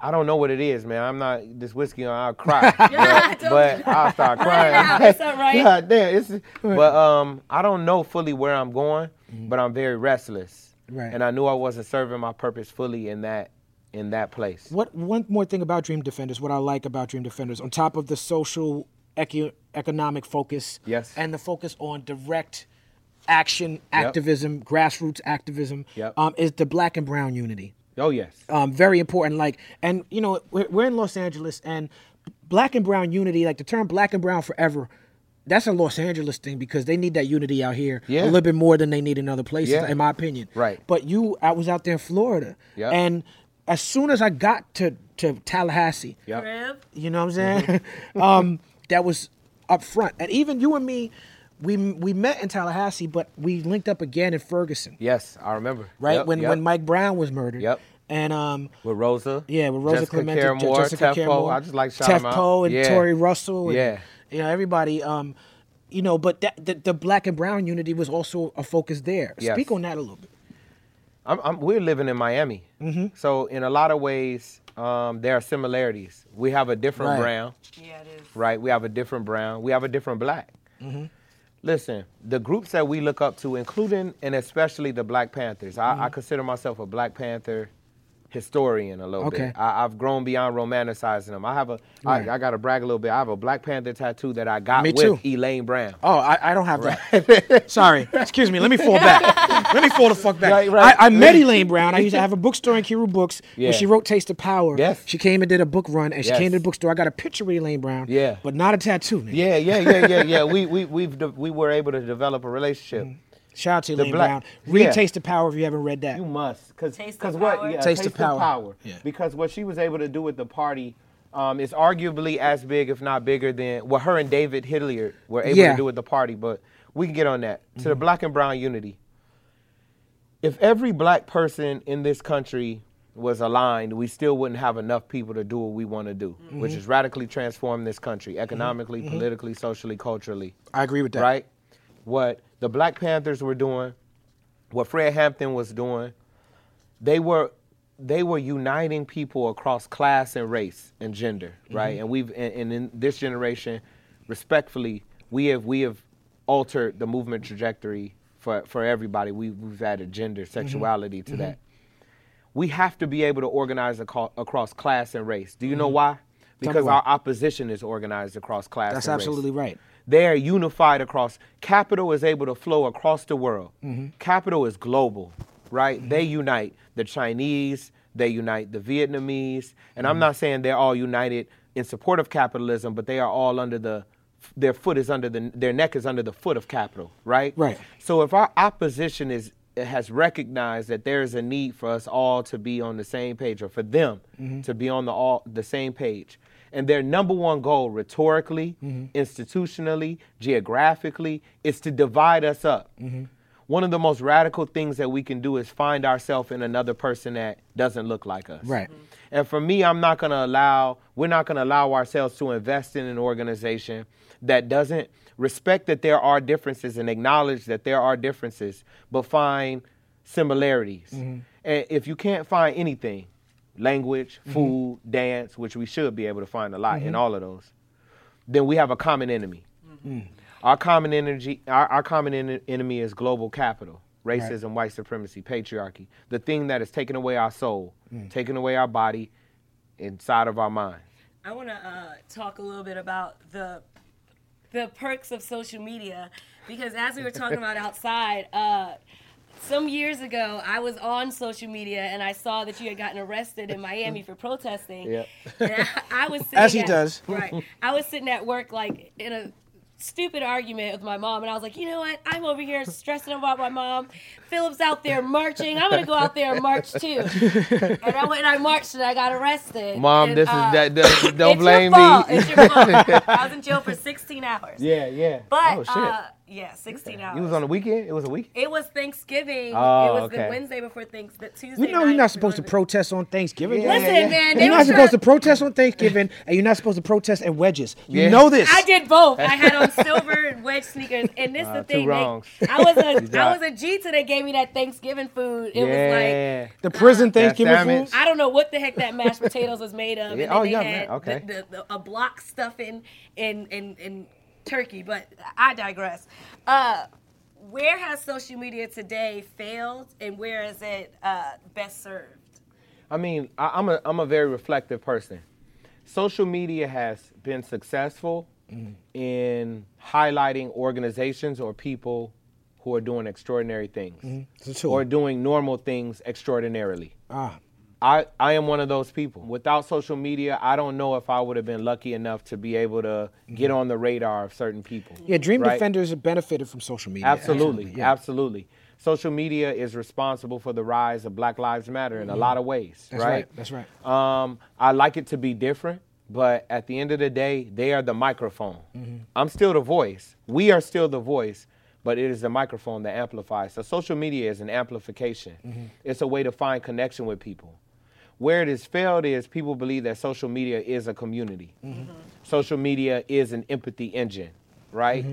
I don't know what it is, man. I'm not this whiskey. I'll cry,
I
but,
told
but I'll start
out.
crying.
It's all right.
God damn, it's- But um, I don't know fully where I'm going,
Mm-hmm.
but I'm very restless,
Right.
and I knew I wasn't serving my purpose fully in that in that place.
What one more thing about Dream Defenders? What I like about Dream Defenders, on top of the social ecu- economic focus,
Yes.
and the focus on direct action activism, grassroots activism,
Yep.
um, is the black and brown unity.
Oh yes.
Uh,
Um, very important. Like, and you know, we're, we're in Los Angeles, and black and brown unity, like the term "black and brown forever." That's a Los Angeles thing because they need that unity out here
Yeah.
a little bit more than they need in other places,
Yeah.
in my opinion.
Right.
But you, I was out there in Florida,
Yep.
and as soon as I got to to Tallahassee,
Yep. Mm-hmm.
Crib.
you know what I'm saying? um, that was up front, and even you and me, we we met in Tallahassee, but we linked up again in Ferguson,
Yes, I remember.
right?
Yep,
when
yep.
when Mike Brown was murdered.
Yep.
And um,
With Rosa.
yeah, with Rosa
Jessica
Clemente, Je-
Caramore,
Jessica
Tef Poe.
Caramore,
I just like shouting
Tef
them out.
Poe and
yeah.
Tori Russell, and,
Yeah.
you know everybody. Um, you know, but that the, the black and brown unity was also a focus there.
Yes.
Speak on that a little bit.
I'm, I'm, we're living in Miami,
Mm-hmm.
so in a lot of ways, um, there are similarities. We have a different
Right.
brown,
Yeah, it is.
right? We have a different brown. We have a different black.
Mm-hmm.
Listen, the groups that we look up to, including and especially the Black Panthers, I, I
Mm-hmm.
consider myself a Black Panther historian a little
Okay.
bit. I, I've grown beyond romanticizing them. I have a, I
Right.
got to brag a little bit. I have a Black Panther tattoo that I got
Me too.
with Elaine Brown.
Oh, I, I don't have that. Sorry. Excuse me. Let me fall back. Let me fall the fuck back.
Right, right.
I, I met Elaine Brown. I used to have a bookstore in Kiru Books
Yeah.
where she wrote Taste of Power.
Yes.
She came and did a book run, and she
Yes.
came to the bookstore. I got a picture with Elaine Brown.
Yeah.
But not a tattoo. Nigga.
Yeah, yeah, yeah, yeah, yeah. we we we've de- we were able to develop a relationship.
Shout out to Elaine
black-
Brown. Read
yeah.
Taste of Power if you haven't read that.
Mm-hmm. You must, because
Taste of
what
power.
yeah,
Taste of power. Yeah.
Because what she was able to do with the party um, is arguably as big, if not bigger, than what her and David Hilliard were able
Yeah. Mm-hmm.
to do with the party. But we can get on that to the black and brown unity. If every black person in this country was aligned, we still wouldn't have enough people to do what we want to do, which
Mm-hmm.
is radically transform this country economically, politically, socially, culturally.
I agree with that.
Right? What the Black Panthers were doing, what Fred Hampton was doing, they were they were uniting people across class and race and gender,
Mm-hmm.
right? And we've and, and in this generation, respectfully, we have we have altered the movement trajectory for, for everybody. We, we've added gender,
Mm-hmm.
sexuality to that we have to be able to organize aco- across class and race. Do you know why?
Mm-hmm. me
Because
why.
our opposition is organized across class.
That's
and race.
absolutely right.
They are unified across. Capital is able to flow across the world. Capital is global, right? They unite the Chinese. They unite the Vietnamese. And I'm not saying they're all united in support of capitalism, but they are all under the their foot is under the their neck is under the foot of capital, right?
Right.
So if our opposition is has recognized that there is a need for us all to be on the same page, or for them to be on the all the same page, and their number one goal, rhetorically, institutionally, geographically, is to divide us up. One of the most radical things that we can do is find ourselves in another person that doesn't look like us.
Right.
Mm-hmm. And for me, I'm not going to allow, we're not going to allow ourselves to invest in an organization that doesn't respect that there are differences and acknowledge that there are differences, but find similarities. And if you can't find anything, language, food, dance, which we should be able to find a lot in all of those, then we have a common enemy. Our common energy, our, our common en- enemy is global capital, racism, white supremacy, patriarchy, the thing that is taking away our soul, taking away our body, inside of our mind.
I want to uh, talk a little bit about the the perks of social media because as we were talking about outside, uh, some years ago I was on social media and I saw that you had gotten arrested in Miami for protesting.
Yep.
And I, I was sitting
As he
at-
does.
Right. I was sitting at work like in a stupid argument with my mom and I was like, you know what? I'm over here stressing about my mom. Philip's out there marching. I'm gonna go out there and march too. and I went and I marched and I got arrested.
Mom,
And,
this
uh,
is that. Don't, don't
it's your
blame
fault.
me.
It's your fault. I was in jail for 16 hours.
yeah, yeah.
But
oh shit.
Uh, yeah, 16 hours.
it was on the weekend. It was a week.
It was Thanksgiving.
Oh,
it was
okay.
the Wednesday before Thanksgiving. The Tuesday.
You know you're
night
not supposed to
before
protest on Thanksgiving.
the- Listen,
Yeah, yeah.
man. They
You're
were
not supposed to
trying-
protest on Thanksgiving, and you're not supposed to protest at wedges. You
Yeah.
know this.
I did both. I had on silver wedge sneakers, and this
Nah,
the
Uh, two
thing. they-
wrongs.
I was a I
dropped.
was a G till they gave me that Thanksgiving food. It was like
yeah.
The prison
salmon.
Thanksgiving food.
I don't know what the heck that mashed potatoes was made of. And
Yeah,
then
oh,
they
yeah,
had
man, okay.
The, the, the, a block stuffing and and and turkey, but I digress. Uh, where has social media today failed, and where is it uh, best served?
I mean, I, I'm a I'm a very reflective person. Social media has been successful
Mm-hmm.
in highlighting organizations or people who are doing extraordinary things
It's a tool.
or doing normal things extraordinarily.
Ah,
I, I am one of those people. Without social media, I don't know if I would have been lucky enough to be able to get on the radar of certain people.
Mm-hmm. yeah, Dream
right?
Defenders have benefited from social media.
Absolutely,
yeah.
absolutely. Social media is responsible for the rise of Black Lives Matter in a lot of ways,
That's right.
right?
That's right.
Um, I like it to be different, but at the end of the day, they are the microphone. I'm still the voice. We are still the voice, but it is the microphone that amplifies. So social media is an amplification. It's a way to find connection with people. Where it has failed is people believe that social media is a community. Social media is an empathy engine, right?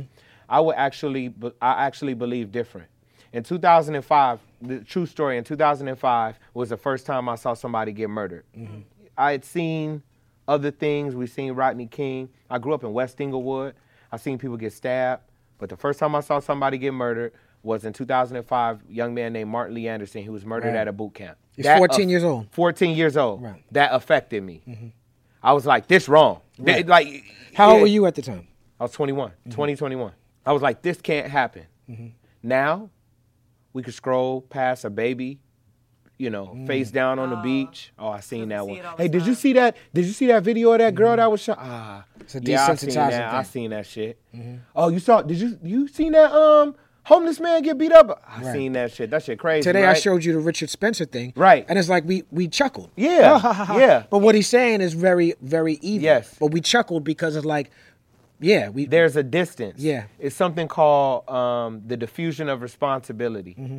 I would actually, be- I actually believe different. In 2005, the true story. In 2005 was the first time I saw somebody get murdered.
Mm-hmm.
I had seen other things. We seen Rodney King. I grew up in West Inglewood. I seen people get stabbed, but the first time I saw somebody get murdered was in 2005. A young man named Martin Lee Anderson. He was murdered
Right.
at a boot camp.
He's 14 years old.
14 years old.
Right. Mm-hmm.
That affected me. I was like, this wrong. Th-
Right.
Like,
How old
yeah.
were you at the time?
I was 21,
Mm-hmm.
20, 21. I was like, this can't happen. Now, we could scroll past a baby, you know,
Mm.
face down on the beach. Oh, I seen that
see
one.
it all the
Hey, did you
time.
see that? Did you see that video of that girl that was shot? Ah,
Mm-hmm. It's a
yeah, I seen
desensitizing
that. I
thing. Mm-hmm.
seen that shit. Oh, you saw? Did you you seen that? Um, homeless man get beat up. I
Right.
seen that shit. That shit crazy.
Today I
right?
showed you the Richard Spencer thing.
Right.
And it's like we we chuckled.
Yeah, yeah.
But what he's saying is very, very evil.
Yes.
But we chuckled because it's like, yeah, we
there's a distance.
Yeah.
It's something called um, the diffusion of responsibility.
Mm-hmm.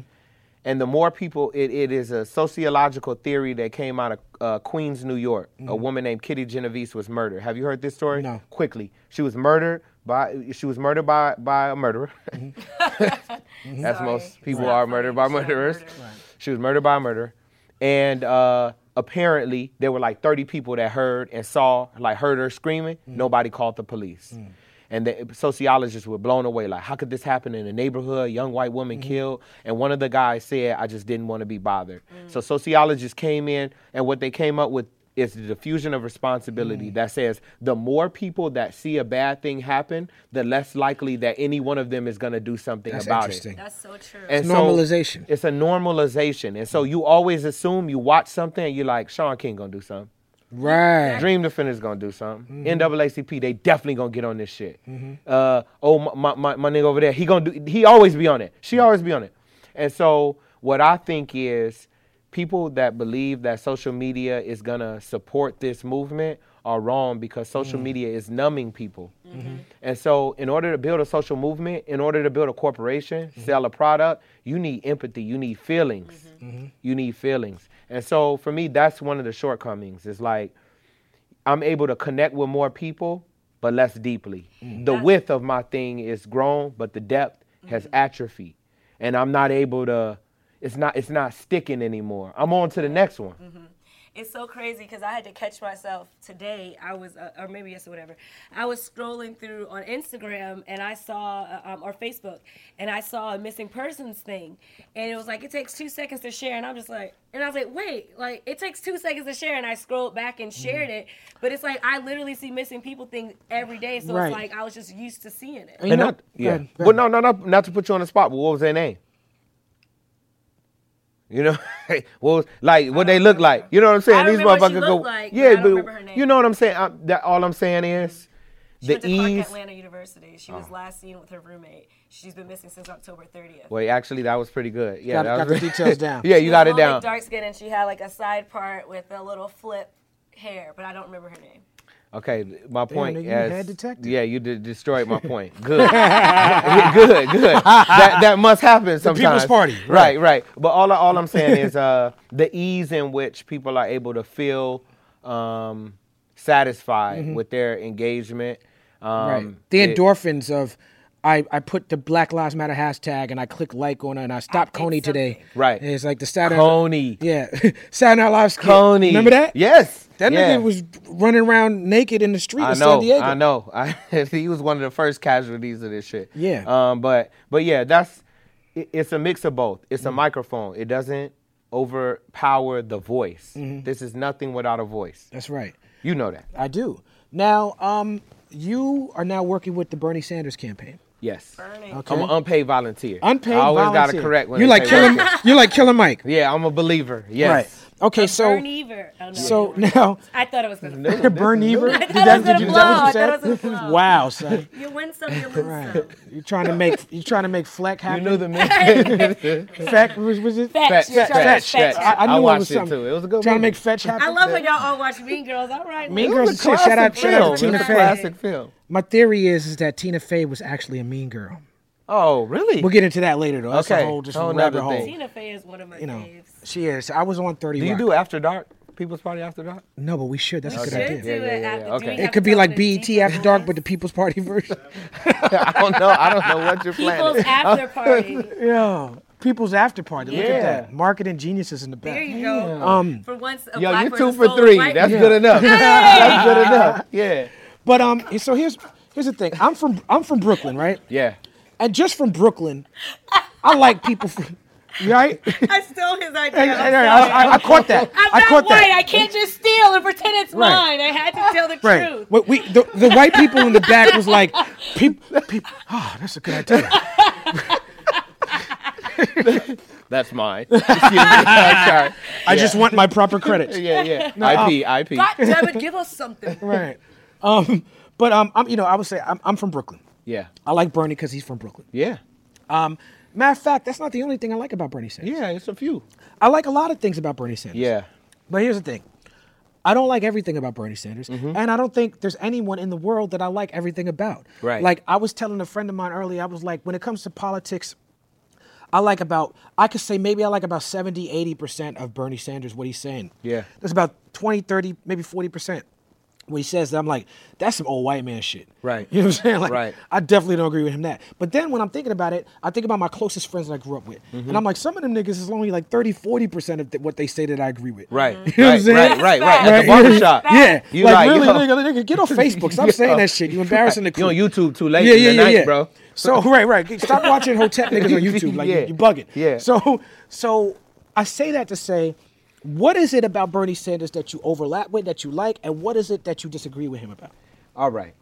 And the more people, it, it is a sociological theory that came out of uh, Queens, New York. A woman named Kitty Genovese was murdered. Have you heard this story?
Mm-hmm. No.
Quickly, she was murdered by she was murdered by by a murderer.
Mm-hmm.
As
Sorry.
most people
Right.
are murdered by
She's not
murderers.
murdered. Right.
She was murdered by a murderer, and uh, apparently there were like 30 people that heard and saw, like heard her screaming.
Mm.
Nobody called the police, and the sociologists were blown away. Like, how could this happen in a neighborhood? Young white woman
Mm-hmm.
killed, and one of the guys said, "I just didn't want to be bothered."
Mm.
So sociologists came in, and what they came up with is the diffusion of responsibility
Mm.
that says the more people that see a bad thing happen, the less likely that any one of them is going to do something
that's
about it.
interesting.
That's so true.
And so-
Normalization.
it's a normalization, and so you always assume you watch something and you're like, Sean King gonna do something.
Right.
Dream Defender's gonna do something. NAACP, they definitely gonna get on this shit. Uh, oh, my, my, my, my nigga over there, he gonna do. He always be on it. She always be on it. And so what I think is, people that believe that social media is gonna support this movement are wrong because social media is numbing people. And so in order to build a social movement, in order to build a corporation, sell a product, you need empathy. You need feelings. You need feelings. And so for me, that's one of the shortcomings. It's like I'm able to connect with more people, but less deeply.
Mm-hmm.
The width of my thing is grown, but the depth has
Mm-hmm.
atrophy, and I'm not able to. It's not. It's not sticking anymore. I'm on to the next one.
Mm-hmm. It's so crazy because I had to catch myself today. I was, uh, or maybe yes, or whatever. I was scrolling through on Instagram and I saw, uh, um, or Facebook, and I saw a missing persons thing, and it was like it takes two seconds to share, and I'm just like, and I was like, wait, like it takes two seconds to share, and I scrolled back and shared it, but it's like I literally see missing people things every day, so
Right.
it's like I was just used to seeing it.
And
And
you know-
not,
go
yeah.
ahead, go
But
ahead.
no, no, no, not to put you on the spot. But what was their name? You know, what was like what they look like? You know what I'm saying?
I remember what she looked like, but I
yeah,
don't
but
remember her name.
you know what I'm saying. I, that all I'm saying is,
She
the
went to Clark
ease.
Atlanta University. She was last seen with her roommate. She's been missing since October 30th.
Wait, actually, that was pretty good.
Got-
Yeah, that
got
was
the
pretty-
details down.
yeah, you got it down.
Dark skin, and she had like a side part with a little flip hair, but I don't remember her name.
Okay, th- my point
nigga, you
is,
had detective.
yeah, you did destroyed my point. Good, good, good. That, that must happen sometimes.
party,
right, right. But all I- all I'm saying is uh, the ease in which people are able to feel um, satisfied with their engagement. Um,
Mm-hmm. right. The
it-
endorphins of I, I put the Black Lives Matter hashtag and I click like on it and I stopped
did
Coney today.
something.
Right.
And it's like the Saturday.
Coney.
Yeah. Saturday Night Live skit.
Coney.
Remember that?
Yes.
That
yeah.
nigga was running around naked in the street
I
in
know,
San Diego.
I know. I, he was one of the first casualties of this shit.
Yeah.
Um, but but yeah, that's it, it's a mix of both. It's
Mm-hmm.
a microphone. It doesn't overpower the voice.
Mm-hmm.
This is nothing without a voice.
That's right.
You know that.
I do. Now, um, you are now working with the Bernie Sanders campaign.
Yes.
Bernie.
Okay.
I'm an unpaid volunteer.
Unpaid
I always
volunteer.
gotta correct when
you
they
like
say
killing.
that
You like killing Mike.
shit. Yeah, I'm a believer. Yes.
Right. Okay. So.
Bernie Ver- oh, no,
So
never mind.
now.
I thought it was gonna.
Bernie. Eber? Did
thought it was
that, did you, is that
gonna blow. I
what
thought it
you
was
said?
gonna blow.
Wow, son.
You win some, you lose
Right.
some.
You're trying to make you trying to make Fleck
You
happen.
knew the man.
Fetch was, was it?
Fetch,
Fetch,
fetch,
fetch,
fetch.
fetch.
I, I
I
knew it
watched
was
it,
something.
too. It was a good
trying to
movie.
make Fetch happen.
I love when y'all all watch Mean Girls. All right.
Mean
It
Girls
was
is
a
shit. Shout out,
classic
shout out
film.
to Tina
It's a
Fey.
classic film.
My theory is is that Tina Fey was actually a mean girl.
Oh, really?
We'll get into that later though. That's
Okay,
a whole just
whole
rabbit
nother
hole.
thing.
Tina Fey is one of my
You know,
faves.
she is. I was on Thirty
do you
Rock.
do After Dark? People's Party After Dark?
No, but we should. That's a good
Should
idea.
do
Yeah, yeah,
it
yeah,
after.
okay.
Do we
It
It
have
could be
to go
like
to the
BET
deep
After Dark, but
voice?
the People's Party version.
I don't know. I don't know what you're planning.
People's
Oh.
After Party.
yeah, People's After Party. Look at
Yeah.
that. Marketing geniuses in the back.
There you go.
Um,
for once, a
Yo,
black
you
person
two for
sold a
three.
white
That's
person.
good enough. That's good enough. Yeah.
but um, so here's here's the thing. I'm from I'm from Brooklyn, right?
Yeah.
And just from Brooklyn, I like people from. Right?
I stole his idea.
I,
I'm
I-
sorry.
I- I caught that.
I'm
I
not
caught
white.
that.
I can't just steal and pretend it's
Right.
mine. I had to tell the
Right.
truth.
What we the, the white people in the back was like, people, people. Oh, that's a good idea.
That's mine. Excuse me. I'm sorry.
I just want my proper credits.
Yeah, yeah. IP, IP.
God damn it, give us something.
Right. Um, but um, I'm you know I would say I'm, I'm from Brooklyn.
Yeah.
I like Bernie because he's from Brooklyn.
Yeah.
Um, matter of fact, that's not the only thing I like about Bernie Sanders.
Yeah, it's a few.
I like a lot of things about Bernie Sanders.
Yeah.
But here's the thing. I don't like everything about Bernie Sanders,
Mm-hmm.
and I don't think there's anyone in the world that I like everything about.
Right.
Like I was telling a friend of mine earlier, I was like, when it comes to politics, I like about I could say maybe I like about 70, 80% of Bernie Sanders what he's saying.
Yeah.
There's about 20, 30, maybe 40% when he says that I'm like, that's some old white man shit.
Right.
You know what I'm saying? Like
Right.
I definitely don't agree with him that. But then when I'm thinking about it, I think about my closest friends that I grew up with.
Mm-hmm.
And I'm like, some of them niggas is only like 30, 40% of th- what they say that I agree with.
Right.
You know what I'm
Right,
saying?
right, right, right. At
Right.
the barbershop.
Yeah.
You
like,
like,
really,
yo.
nigga, nigga, get off Facebook. Stop saying that shit. You embarrassing the
You
crew.
on YouTube too late
yeah,
in
yeah,
the
yeah,
night,
yeah.
bro.
So right, right. Stop watching Hotep niggas on YouTube. Like
Yeah.
you, you bugging.
Yeah.
So so I say that to say, what is it about Bernie Sanders that you overlap with, that you like, and what is it that you disagree with him about?
All right.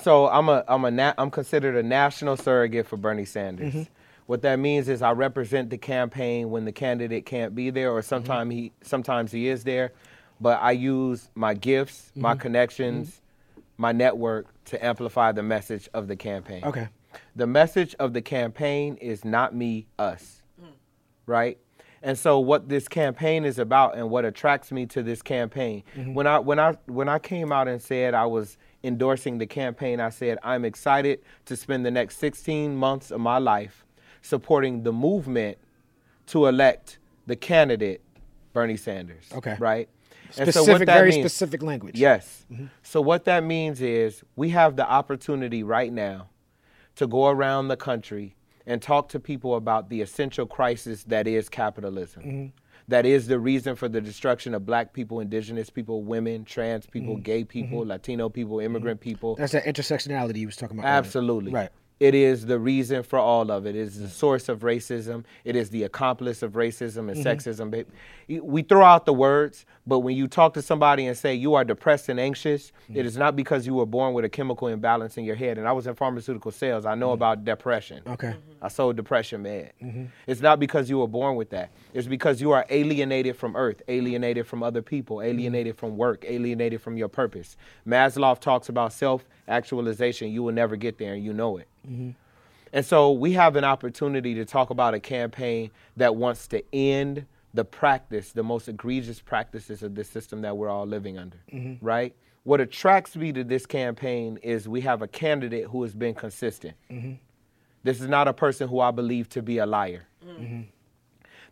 So I'm a I'm a na- I'm considered a national surrogate for Bernie Sanders. What that means is I represent the campaign when the candidate can't be there, or sometimes he sometimes he is there, but I use my gifts, my connections, my network to amplify the message of the campaign.
Okay.
The message of the campaign is not me, us, right? And so what this campaign is about and what attracts me to this campaign.
Mm-hmm.
When I when I when I came out and said I was endorsing the campaign, I said I'm excited to spend the next 16 months of my life supporting the movement to elect the candidate Bernie Sanders.
Okay.
Right?
Specific, very specific language. Mm-hmm.
Yes. So what that means is we have the opportunity right now to go around the country and talk to people about the essential crisis that is capitalism.
Mm-hmm.
That is the reason for the destruction of black people, indigenous people, women, trans people, gay people, Latino people, immigrant people,
Mm-hmm. That's that intersectionality you was talking about. earlier.
Absolutely.
Right.
It is the reason for all of it. It is the source of racism. It is the accomplice of racism and sexism. It- it- We throw out the words, but when you talk to somebody and say you are depressed and anxious, it is not because you were born with a chemical imbalance in your head. And I was in pharmaceutical sales. I know about depression.
Okay.
I sold depression med. It's not because you were born with that. It's because you are alienated from earth, alienated from other people, alienated from work, alienated from your purpose. Maslow talks about self actualization. You will never get there and you know it. And so we have an opportunity to talk about a campaign that wants to end the practice, the most egregious practices of this system that we're all living under, right? What attracts me to this campaign is we have a candidate who has been consistent. This is not a person who I believe to be a liar.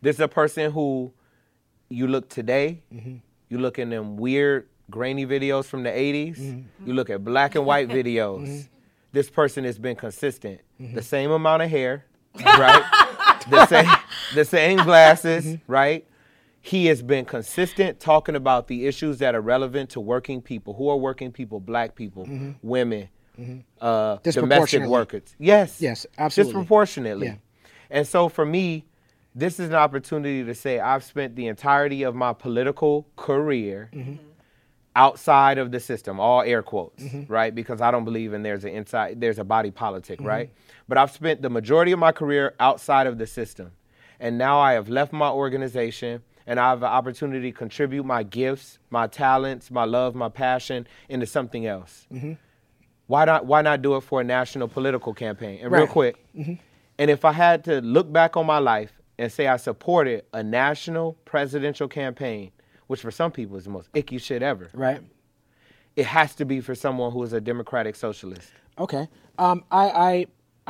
This is a person who you look today, you look in them weird, grainy videos from the 80s, you look at black and white videos. This person has been consistent. The same amount of hair, right? the, same, the same glasses, right? He has been consistent talking about the issues that are relevant to working people. Who are working people? Black people, women, uh, domestic
Disproportionately.
workers. Yes.
Yes, absolutely.
Disproportionately.
Yeah.
And so for me, this is an opportunity to say I've spent the entirety of my political career
Mm-hmm.
outside of the system, all air quotes,
Mm-hmm.
right? Because I don't believe in there's an inside there's a body politic,
Mm-hmm.
right? But I've spent the majority of my career outside of the system. And now I have left my organization and I have an opportunity to contribute my gifts, my talents, my love, my passion into something else why not why not do it for a national political campaign? And real
Right. Mm-hmm.
quick, and if I had to look back on my life and say I supported a national presidential campaign, which for some people is the most icky shit ever,
Right.
it has to be for someone who is a democratic socialist.
Okay. Um, I, I,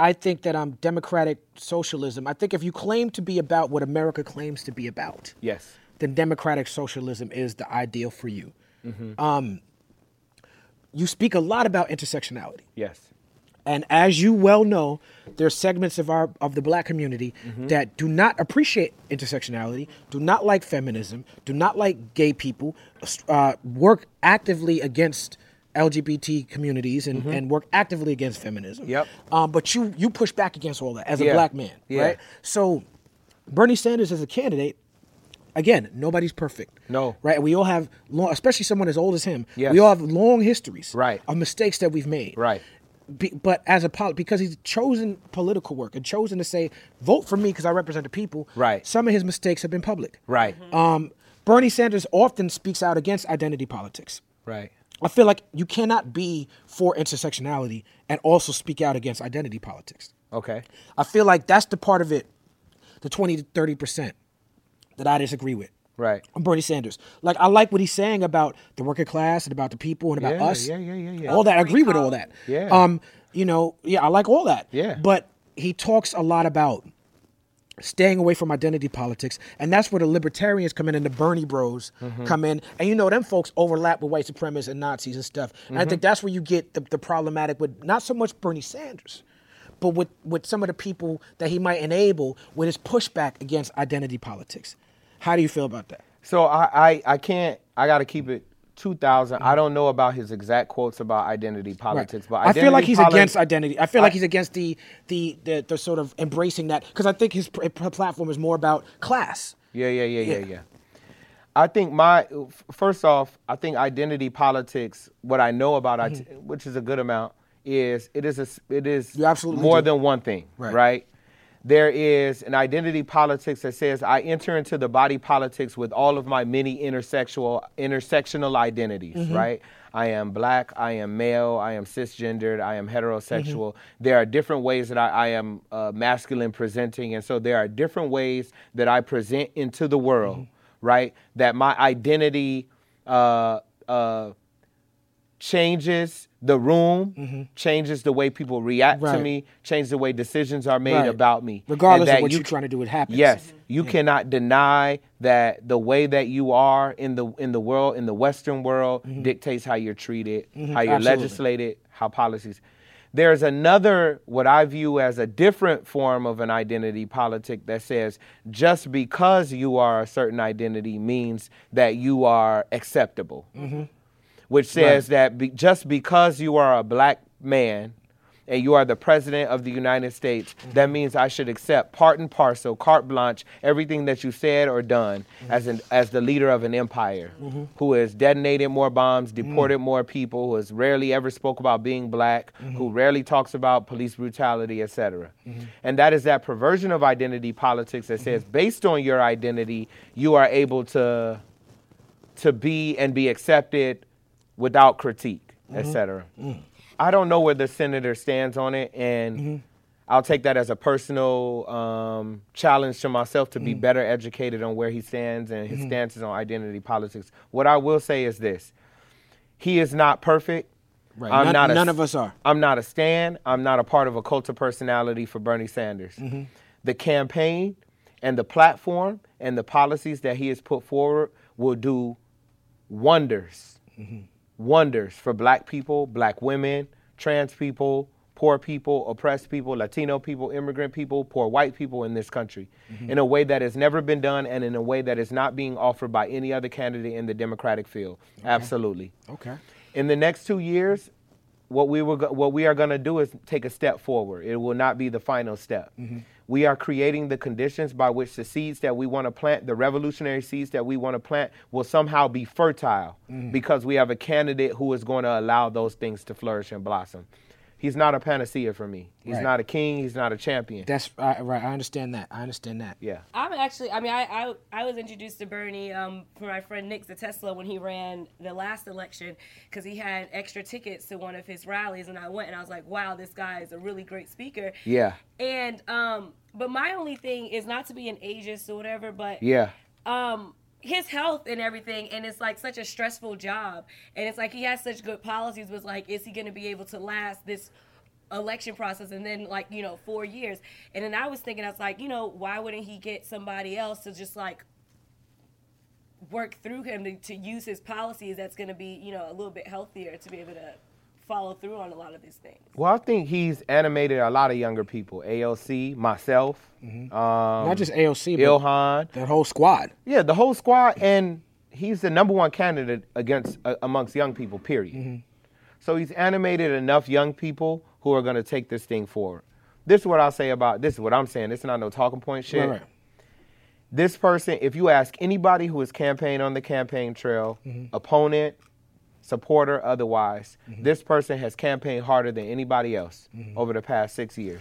I think that um, democratic socialism. I think if you claim to be about what America claims to be about,
Yes.
then democratic socialism is the ideal for you. Um, you speak a lot about intersectionality.
Yes.
And as you well know, there are segments of our of the black community
Mm-hmm.
that do not appreciate intersectionality, do not like feminism, do not like gay people, uh, work actively against LGBT communities and, and work actively against feminism.
Mm-hmm. Yep.
Um, but you you push back against all that as a
Yeah.
black man,
Yeah.
right? So Bernie Sanders as a candidate, again, nobody's perfect.
No.
Right? We all have long, especially someone as old as him.
Yes.
We all have long histories
Right.
of mistakes that we've made
Right.
be, but as a poli- because he's chosen political work and chosen to say vote for me because I represent the people.
Right.
Some of his mistakes have been public.
Right.
Um, Bernie Sanders often speaks out against identity politics.
Right.
I feel like you cannot be for intersectionality and also speak out against identity politics.
Okay.
I feel like that's the part of it, the twenty to thirty percent, that I disagree with.
Right.
On Bernie Sanders. Like I like what he's saying about the working class and about the people and about
Yeah,
us.
yeah, yeah, yeah, yeah.
All that. I agree with all that.
Yeah.
Um, you know, yeah, I like all that.
Yeah.
But he talks a lot about staying away from identity politics, and that's where the libertarians come in and the Bernie Bros
Mm-hmm.
come in, and you know them folks overlap with white supremacists and Nazis and stuff. And
Mm-hmm.
I think that's where you get the, the problematic with not so much Bernie Sanders, but with with some of the people that he might enable with his pushback against identity politics. How do you feel about that?
So I, I, I can't. I got to keep it 2,000. I don't know about his exact quotes about identity
Mm-hmm. Right.
politics, but
I feel like
identity
he's
poli-
against identity. I feel like he's against the the the, the sort of embracing that because I think his pr- pr- platform is more about class.
Yeah, yeah, yeah, yeah,
Yeah.
yeah. I think my f- first off, I think identity politics. What I know about it, which is a good amount, is it is a s- it is
Mm-hmm. You absolutely
more
do.
than one thing,
Right.
right? There is an identity politics that says I enter into the body politics with all of my many intersexual intersectional identities, right? I am black, I am male, I am cisgendered, I am heterosexual. There are different ways that I, I am uh, masculine presenting, and so there are different ways that I present into the world, right? That my identity uh, uh, changes the room, changes the way people react to
Mm-hmm. Right.
me, changes the way decisions are made
Right.
about me. And
Regardless of
that
what
you
you're
c-
trying to do, it happens. Mm.
Yes, you cannot deny that the way that you are in the in the world in the Western world dictates how you're treated, how you're
Mm-hmm. Absolutely.
legislated, how policies. There's another what I view as a different form of an identity politic that says just because you are a certain identity means that you are acceptable
Mm.
which says that be, just because you are a black man and you are the president of the United States, that means I should accept part and parcel, carte blanche, everything that you said or done as an, as the leader of an empire who has detonated more bombs, deported more people, who has rarely ever spoke about being black, who rarely talks about police brutality, etc. And that is that perversion of identity politics that says based on your identity, you are able to to be and be accepted without critique, et cetera. I don't know where the senator stands on it, and
Mm-hmm.
I'll take that as a personal um, challenge to myself to
Mm.
be better educated on where he stands and
Mm-hmm.
his stances on identity politics. What I will say is this he is not perfect.
Right.
I'm
none,
not a-
none of us are.
I'm not a stand. I'm not a part of a cult of personality for Bernie Sanders.
Mm-hmm.
The campaign and the platform and the policies that he has put forward will do wonders, wonders for black people, black women, trans people, poor people, oppressed people, Latino people, immigrant people, poor white people in this country in a way that has never been done and in a way that is not being offered by any other candidate in the Democratic field. Absolutely
Okay.
in the next two years, what we were go- what we are going to do is take a step forward. It will not be the final step.
Mm-hmm.
We are creating the conditions by which the seeds that we want to plant, the revolutionary seeds that we want to plant, will somehow be fertile
Mm-hmm.
because we have a candidate who is going to allow those things to flourish and blossom. He's not a panacea for me. He's
Right.
not a king. He's not a champion.
That's I, right. I understand that. I understand that.
yeah.
I'm actually. I mean, I I, I was introduced to Bernie um, from my friend Nick the Tesla when he ran the last election because he had extra tickets to one of his rallies, and I went and I was like, wow, this guy is a really great speaker.
Yeah.
And um, but my only thing is not to be an ageist or whatever, but
Yeah.
um his health and everything and it's like such a stressful job and it's like he has such good policies but it's like is he going to be able to last this election process and then like you know four years and then i was thinking i was like you know why wouldn't he get somebody else to just like work through him to, to use his policies that's going to be you know a little bit healthier to be able to follow through on a lot of these things
Well, I think he's animated a lot of younger people. ALC, myself, um,
Mm-hmm. Not just AOC, but
Ilhan.
that whole squad.
Yeah, the whole squad, and he's the number one candidate against uh, amongst young people. Period.
Mm-hmm.
So he's animated enough young people who are going to take this thing forward. This is what I'll say about this. Is what I'm saying. This is not no talking point shit.
Right, right.
This person, if you ask anybody who has campaigned on the campaign trail,
Mm-hmm.
opponent, supporter, otherwise, this person has campaigned harder than anybody else
Mm-hmm.
over the past six years.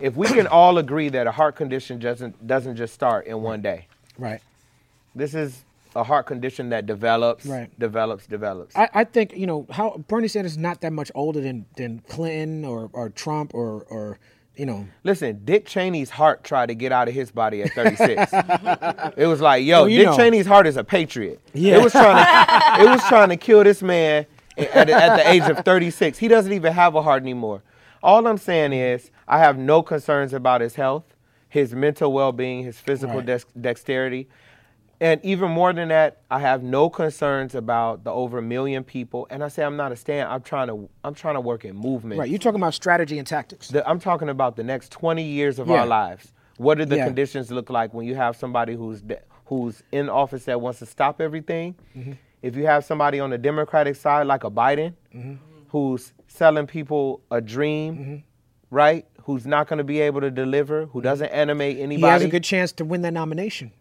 If we can all agree that a heart condition doesn't doesn't just start in one day,
Right.
this is a heart condition that develops,
Right.
develops, develops.
I, I think you know how Bernie Sanders is not that much older than than Clinton or, or Trump or or you know
Listen, Dick Cheney's heart tried to get out of his body at 36. it was like, yo,
Well, you
Dick
know.
Cheney's heart is a patriot.
Yeah.
It was trying to, it was trying to kill this man at, at the age of 36. He doesn't even have a heart anymore. All I'm saying is, I have no concerns about his health, his mental well-being, his physical
Right.
dex- dexterity. And even more than that, I have no concerns about the over a million people. And I say I'm not a stand. I'm trying to I'm trying to work in movement.
right. You're talking about strategy and tactics.
The, I'm talking about the next 20 years of
Yeah.
our lives. What do the
Yeah.
conditions look like when you have somebody who's de- who's in office that wants to stop everything?
Mm-hmm.
If you have somebody on the Democratic side like a Biden,
Mm-hmm.
who's selling people a dream, right? Who's not going to be able to deliver? Who doesn't animate anybody?
Mm-hmm. he has a good chance to win that nomination.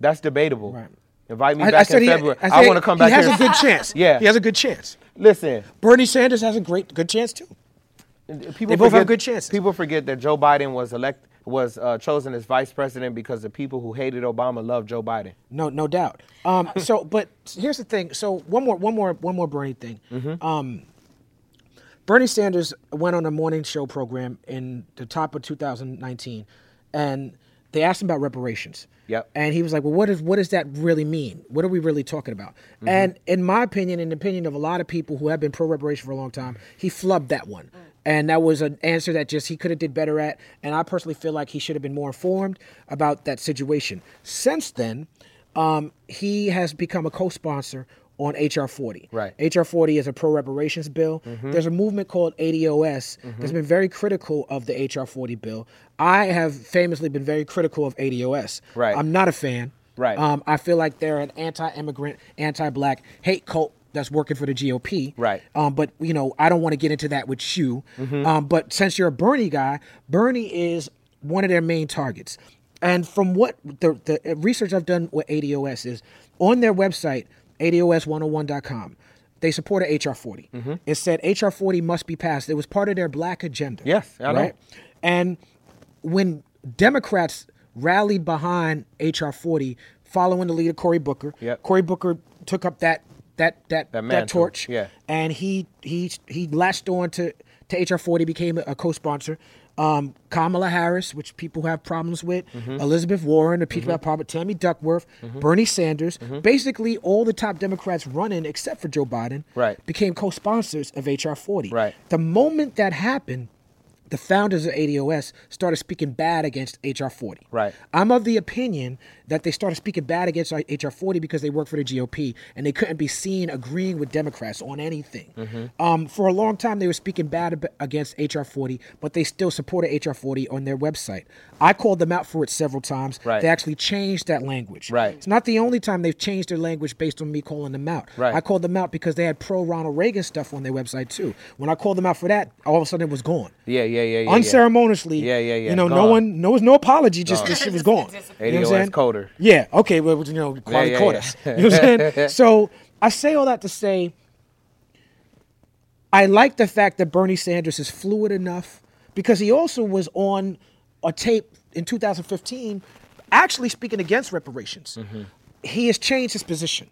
That's debatable.
Right.
Invite me
I,
back
I said
in
he,
February.
I,
I,
said
want to come back.
He has
here.
a good chance.
Yeah.
He has a good chance.
Listen,
Bernie Sanders has a great good chance too.
people
They both have
forget-
good chances.
People forget that Joe Biden was elected. was uh, chosen as vice president because the people who hated Obama loved Joe Biden.
No, no doubt. Um, so, but here's the thing. So one more, one more, one more Bernie thing. Um, Bernie Sanders went on a morning show program in the top of 2019, and they asked him about reparations.
Yep.
And he was like, "Well, what is what does that really mean? What are we really talking about?" And in my opinion, in the opinion of a lot of people who have been pro reparation for a long time, he flubbed that one. And that was an answer that just he could have did better at. And I personally feel like he should have been more informed about that situation. Since then, um, he has become a co-sponsor on HR 40.
Right. Mm-hmm.
HR 40 is a pro reparations bill. There's a movement called ADOS that's been very critical of the HR 40 bill. I have famously been very critical of ADOS.
Right.
I'm not a fan.
Right.
Um, I feel like they're an anti-immigrant, anti-black hate cult that's working for the GOP.
Right. Mm-hmm.
Um, but you know, I don't want to get into that with you. Um, but since you're a Bernie guy, Bernie is one of their main targets. And from what the, the research I've done with ADOS is on their website, ADOS101.com, they supported HR 40.
Mm-hmm.
It said HR 40 must be passed. It was part of their black agenda.
Yes, I know.
And when Democrats rallied behind HR 40, following the lead of Cory Booker,
Yep.
Cory Booker took up that that that that,
mantle,
torch,
yeah.
and he he he latched on to to HR 40, became a co-sponsor. Um, Kamala Harris, which people have problems with,
Mm-hmm.
Elizabeth Warren, the people have problems, Tammy Duckworth, Bernie Sanders,
Mm-hmm.
basically all the top Democrats running except for Joe Biden,
Right.
became co-sponsors of HR 40.
Right.
The moment that happened, the founders of ADOS started speaking bad against HR 40.
Right.
I'm of the opinion that they started speaking bad against HR 40 because they work for the GOP and they couldn't be seen agreeing with Democrats on anything.
Mm-hmm.
Um, for a long time, they were speaking bad ab- against HR 40, but they still supported HR 40 on their website. I called them out for it several times.
Right.
They actually changed that language.
Right.
It's not the only time they've changed their language based on me calling them out.
Right.
I called them out because they had pro Ronald Reagan stuff on their website too. When I called them out for that, all of a sudden it was gone
Yeah, yeah, yeah, yeah. yeah.
unceremoniously.
Yeah, yeah, yeah,
You know, no
gone.
one, no, no apology. Just this shit was gone. You know what I'm
ADOS
saying?
coder.
Yeah. Okay. Well, you know, quality
yeah,
caught
yeah.
us. You know what I'm saying? So I say all that to say, I like the fact that Bernie Sanders is fluid enough because he also was on a tape in 2015, actually speaking against reparations.
Mm-hmm.
He has changed his position.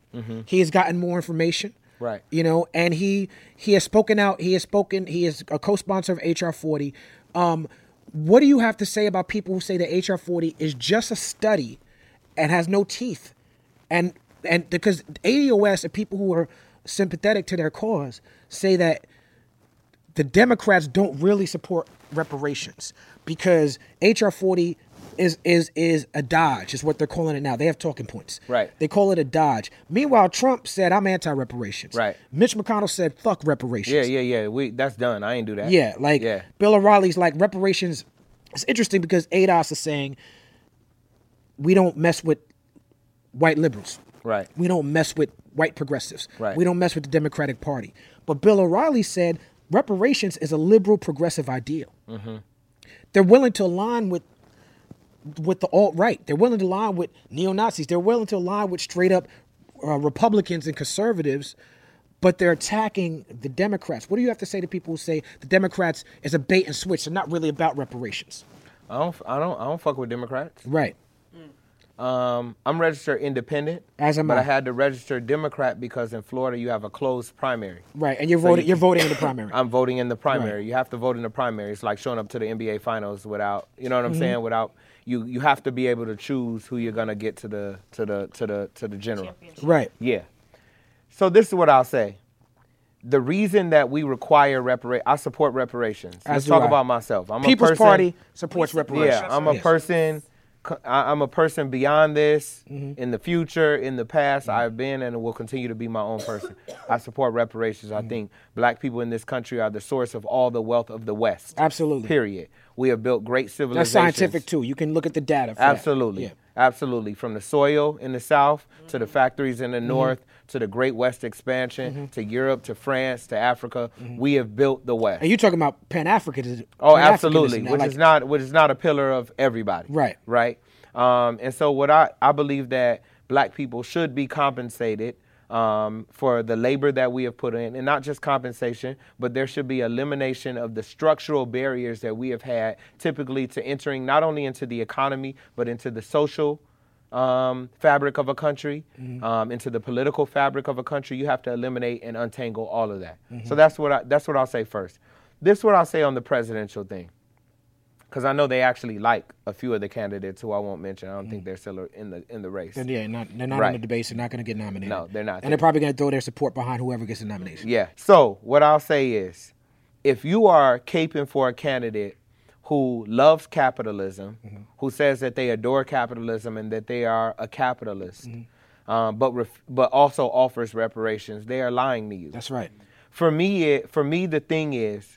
He has gotten more information
Right.
you know and he he has spoken out he has spoken he is a co-sponsor of hr 40 um what do you have to say about people who say that hr 40 is just a study and has no teeth and and because ados and people who are sympathetic to their cause say that the Democrats don't really support reparations because HR 40 is is is a dodge is what they're calling it now. They have talking points.
Right.
They call it a dodge. Meanwhile, Trump said I'm anti-reparations.
Right.
Mitch McConnell said fuck reparations.
Yeah, yeah, yeah. We that's done. I ain't do that.
Yeah, like
yeah,
Bill O'Reilly's like reparations. It's interesting because ADOS is saying we don't mess with white liberals.
right.
We don't mess with white progressives.
Right.
We don't mess with the Democratic Party. But Bill O'Reilly said reparations is a liberal progressive ideal.
Mm-hmm.
They're willing to align with with the alt right. They're willing to align with neo Nazis. They're willing to align with straight up uh, Republicans and conservatives. But they're attacking the Democrats. What do you have to say to people who say the Democrats is a bait and switch? They're not really about reparations.
I don't, I don't, I don't fuck with Democrats.
Right.
Um, I'm registered independent.
As am
but
I.
I had to register Democrat because in Florida you have a closed primary.
Right. And you're voting
you-
you're voting in the primary.
I'm voting in the primary.
Right.
You have to vote in the primary. It's like showing up to the NBA finals without, you know what
Mm-hmm.
I'm saying? Without you, you have to be able to choose who you're gonna get to the to the to the to the general.
right.
Yeah. So this is what I'll say. The reason that we require reparation, I support reparations. Let's
do
talk
I.
about myself. I'm
People's
a person,
Party supports
Yeah,
reparations.
Yeah, I'm a
Yes.
person. co- I- I'm a person beyond this.
Mm-hmm.
In the future, in the past, I've been and will continue to be my own person. I support reparations.
Mm-hmm.
I think black people in this country are the source of all the wealth of the West.
Absolutely.
Period. We have built great
That's
civilizations.
scientific too. You can look at the data. For that.
Absolutely.
Yeah. Mm-hmm.
Absolutely. From the soil in the south to the factories in the north to the Great West expansion to Europe to France to Africa, we have built the West.
Mm-hmm. And you're talking about Pan Africanism.
Oh, absolutely. Which
like,
is not which is not a pillar of everybody.
Right.
Right. Um, and so what I, I believe that black people should be compensated um, for the labor that we have put in, and not just compensation, but there should be elimination of the structural barriers that we have had typically to entering not only into the economy, but into the social um, fabric of a country, um, into the political fabric of a country. You have to eliminate and untangle all of that. So that's what I, that's what I'll say first. This is what I'll say on the presidential thing because I know they actually like a few of the candidates who I won't mention. I don't think they're still in the in the race.
And yeah, not, they're not
Right.
in the debates. They're not going to get nominated.
No, they're not.
And they're probably going to throw their support behind whoever gets the nomination.
Yeah. So what I'll say is, if you are caping for a candidate who loves capitalism, who says that they adore capitalism and that they are a capitalist, um, but ref- but also offers reparations, they are lying to you.
That's right.
for me, it, for me, the thing is,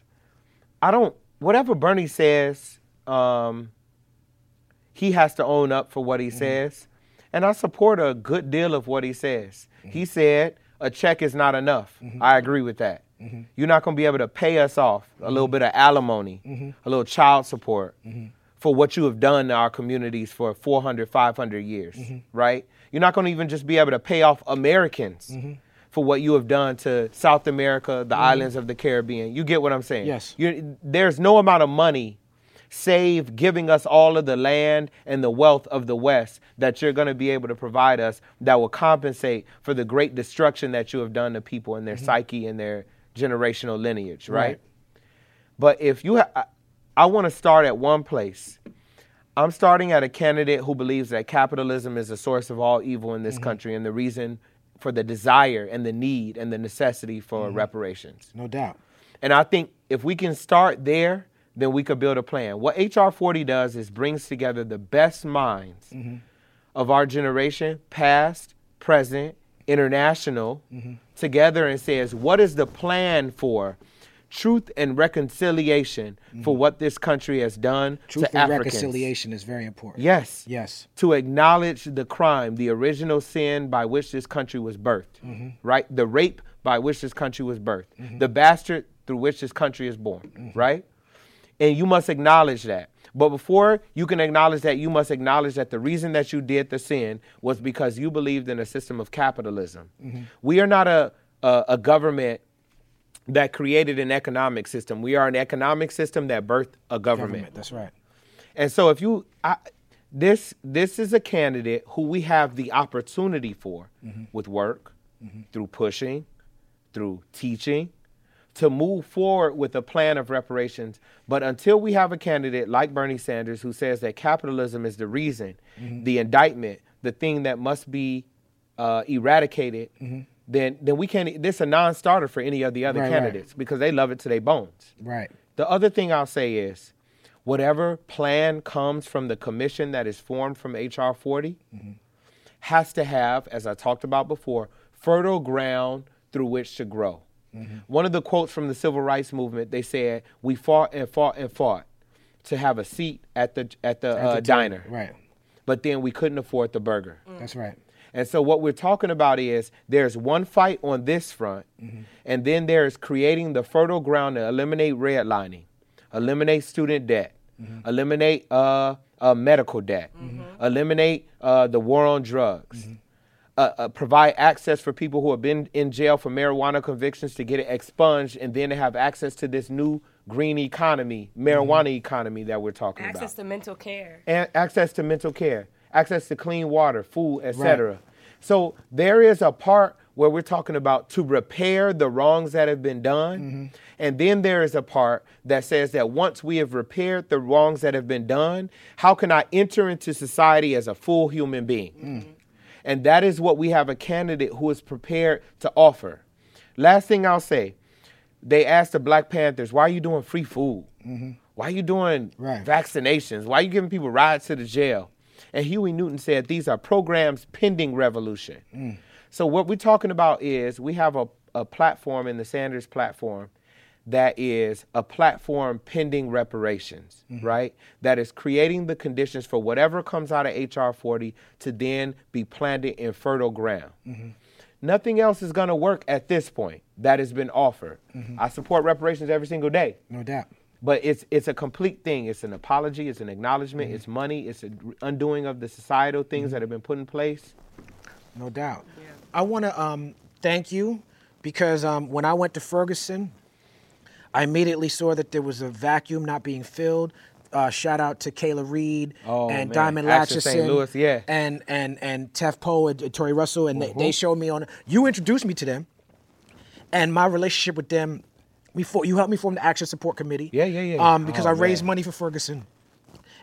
I don't. Whatever Bernie says, um, he has to own up for what he says, and I support a good deal of what he says. He said a check is not enough. I agree with that. You're not going to be able to pay us off a little bit of alimony, a little child support for what you have done to our communities for 400, 500 years, right? You're not going to even just be able to pay off Americans for what you have done to South America, the islands of the Caribbean. You get what I'm saying?
Yes.
You, there's no amount of money save giving us all of the land and the wealth of the West that you're going to be able to provide us that will compensate for the great destruction that you have done to people and their psyche and their generational lineage, right?
Right.
But if you, ha- I, I want to start at one place. I'm starting at a candidate who believes that capitalism is the source of all evil in this country and the reason for the desire and the need and the necessity for reparations.
No doubt.
And I think if we can start there, then we could build a plan. What HR 40 does is brings together the best minds
Mm-hmm.
of our generation, past, present, international,
Mm-hmm.
together and says, what is the plan for truth and reconciliation for what this country has done
Mm-hmm. Truth
to
and
Africans?
reconciliation is very important.
Yes
Yes.
to acknowledge the crime, the original sin by which this country was birthed, right? The rape by which this country was birthed, the bastard through which this country is born, right? And you must acknowledge that. But before you can acknowledge that, you must acknowledge that the reason that you did the sin was because you believed in a system of capitalism. We are not a, a, a government that created an economic system. We are an economic system that birthed a government.
Government. That's right.
And so if you I, this this is a candidate who we have the opportunity for
Mm-hmm.
with work, through pushing, through teaching, to move forward with a plan of reparations. But until we have a candidate like Bernie Sanders who says that capitalism is the reason,
Mm-hmm.
the indictment, the thing that must be uh, eradicated, then then we can't. e, This is a non-starter for any of the other
Mm-hmm. Right, right.
candidates because they love it to their bones.
Right.
The other thing I'll say is whatever plan comes from the commission that is formed from HR 40 has to have, as I talked about before, fertile ground through which to grow. One of the quotes from the civil rights movement, they said, "We fought and fought and fought to have a seat at the at the, uh,
At the
diner,
table. Right.
but then we couldn't afford the burger."
That's right.
And so what we're talking about is there's one fight on this front, and then there's creating the fertile ground to eliminate redlining, eliminate student debt, eliminate uh, uh, medical debt, eliminate uh, the war on drugs. Uh, uh, provide access for people who have been in jail for marijuana convictions to get it expunged and then to have access to this new green economy, marijuana economy that we're talking about
Access to mental care.
and access to mental care, access to clean water, food, etc. So there is a part where we're talking about to repair the wrongs that have been done. And then there is a part that says that once we have repaired the wrongs that have been done, how can I enter into society as a full human being? And that is what we have a candidate who is prepared to offer. Last thing I'll say, they asked the Black Panthers, why are you doing free food? Why are you doing
Right.
vaccinations? Why are you giving people rides to the jail? And Huey Newton said, these are programs pending revolution. So what we're talking about is we have a, a platform in the Sanders platform that is a platform pending reparations, right? That is creating the conditions for whatever comes out of HR 40 to then be planted in fertile ground. Nothing else is going to work at this point that has been offered.
Mm-hmm.
I support reparations every single day.
No doubt.
But it's it's a complete thing. It's an apology. It's an acknowledgment.
Mm-hmm.
It's money. It's an undoing of the societal things that have been put in place.
No doubt. I want to um, thank you because um, when I went to Ferguson, I immediately saw that there was a vacuum not being filled. Uh, shout out to Kayla Reed
Oh,
and
man.
Diamond
Action
Latchison,
St. Louis, yeah. Mm-hmm.
and and and Tef Poe and Tori Russell, and they, they showed me on. You introduced me to them, and my relationship with them. We for, you helped me form the Action Support Committee.
Yeah, yeah, yeah.
Um, because
Oh,
I raised
man.
money for Ferguson,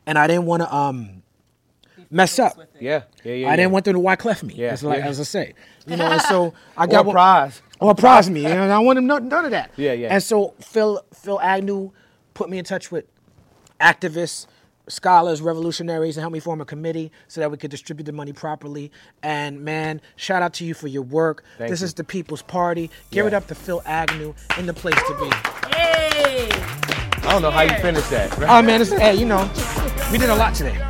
and I didn't want to um mess up.
Yeah, yeah, yeah.
I didn't
yeah.
want them to white clef me.
Yeah,
as, like,
yeah.
as I say, you know. And so I
Or
got one-
prize.
or prize me. And I want him none, none of that.
Yeah, yeah.
And so Phil Phil Agnew put me in touch with activists, scholars, revolutionaries, and helped me form a committee so that we could distribute the money properly. And man, shout out to you for your work.
Thank
this
you.
is the People's Party. Give it
Yeah.
up to Phil Agnew in the place to be.
Yay!
I don't know how you finish that.
Oh man, it's, hey, you know, we did a lot today.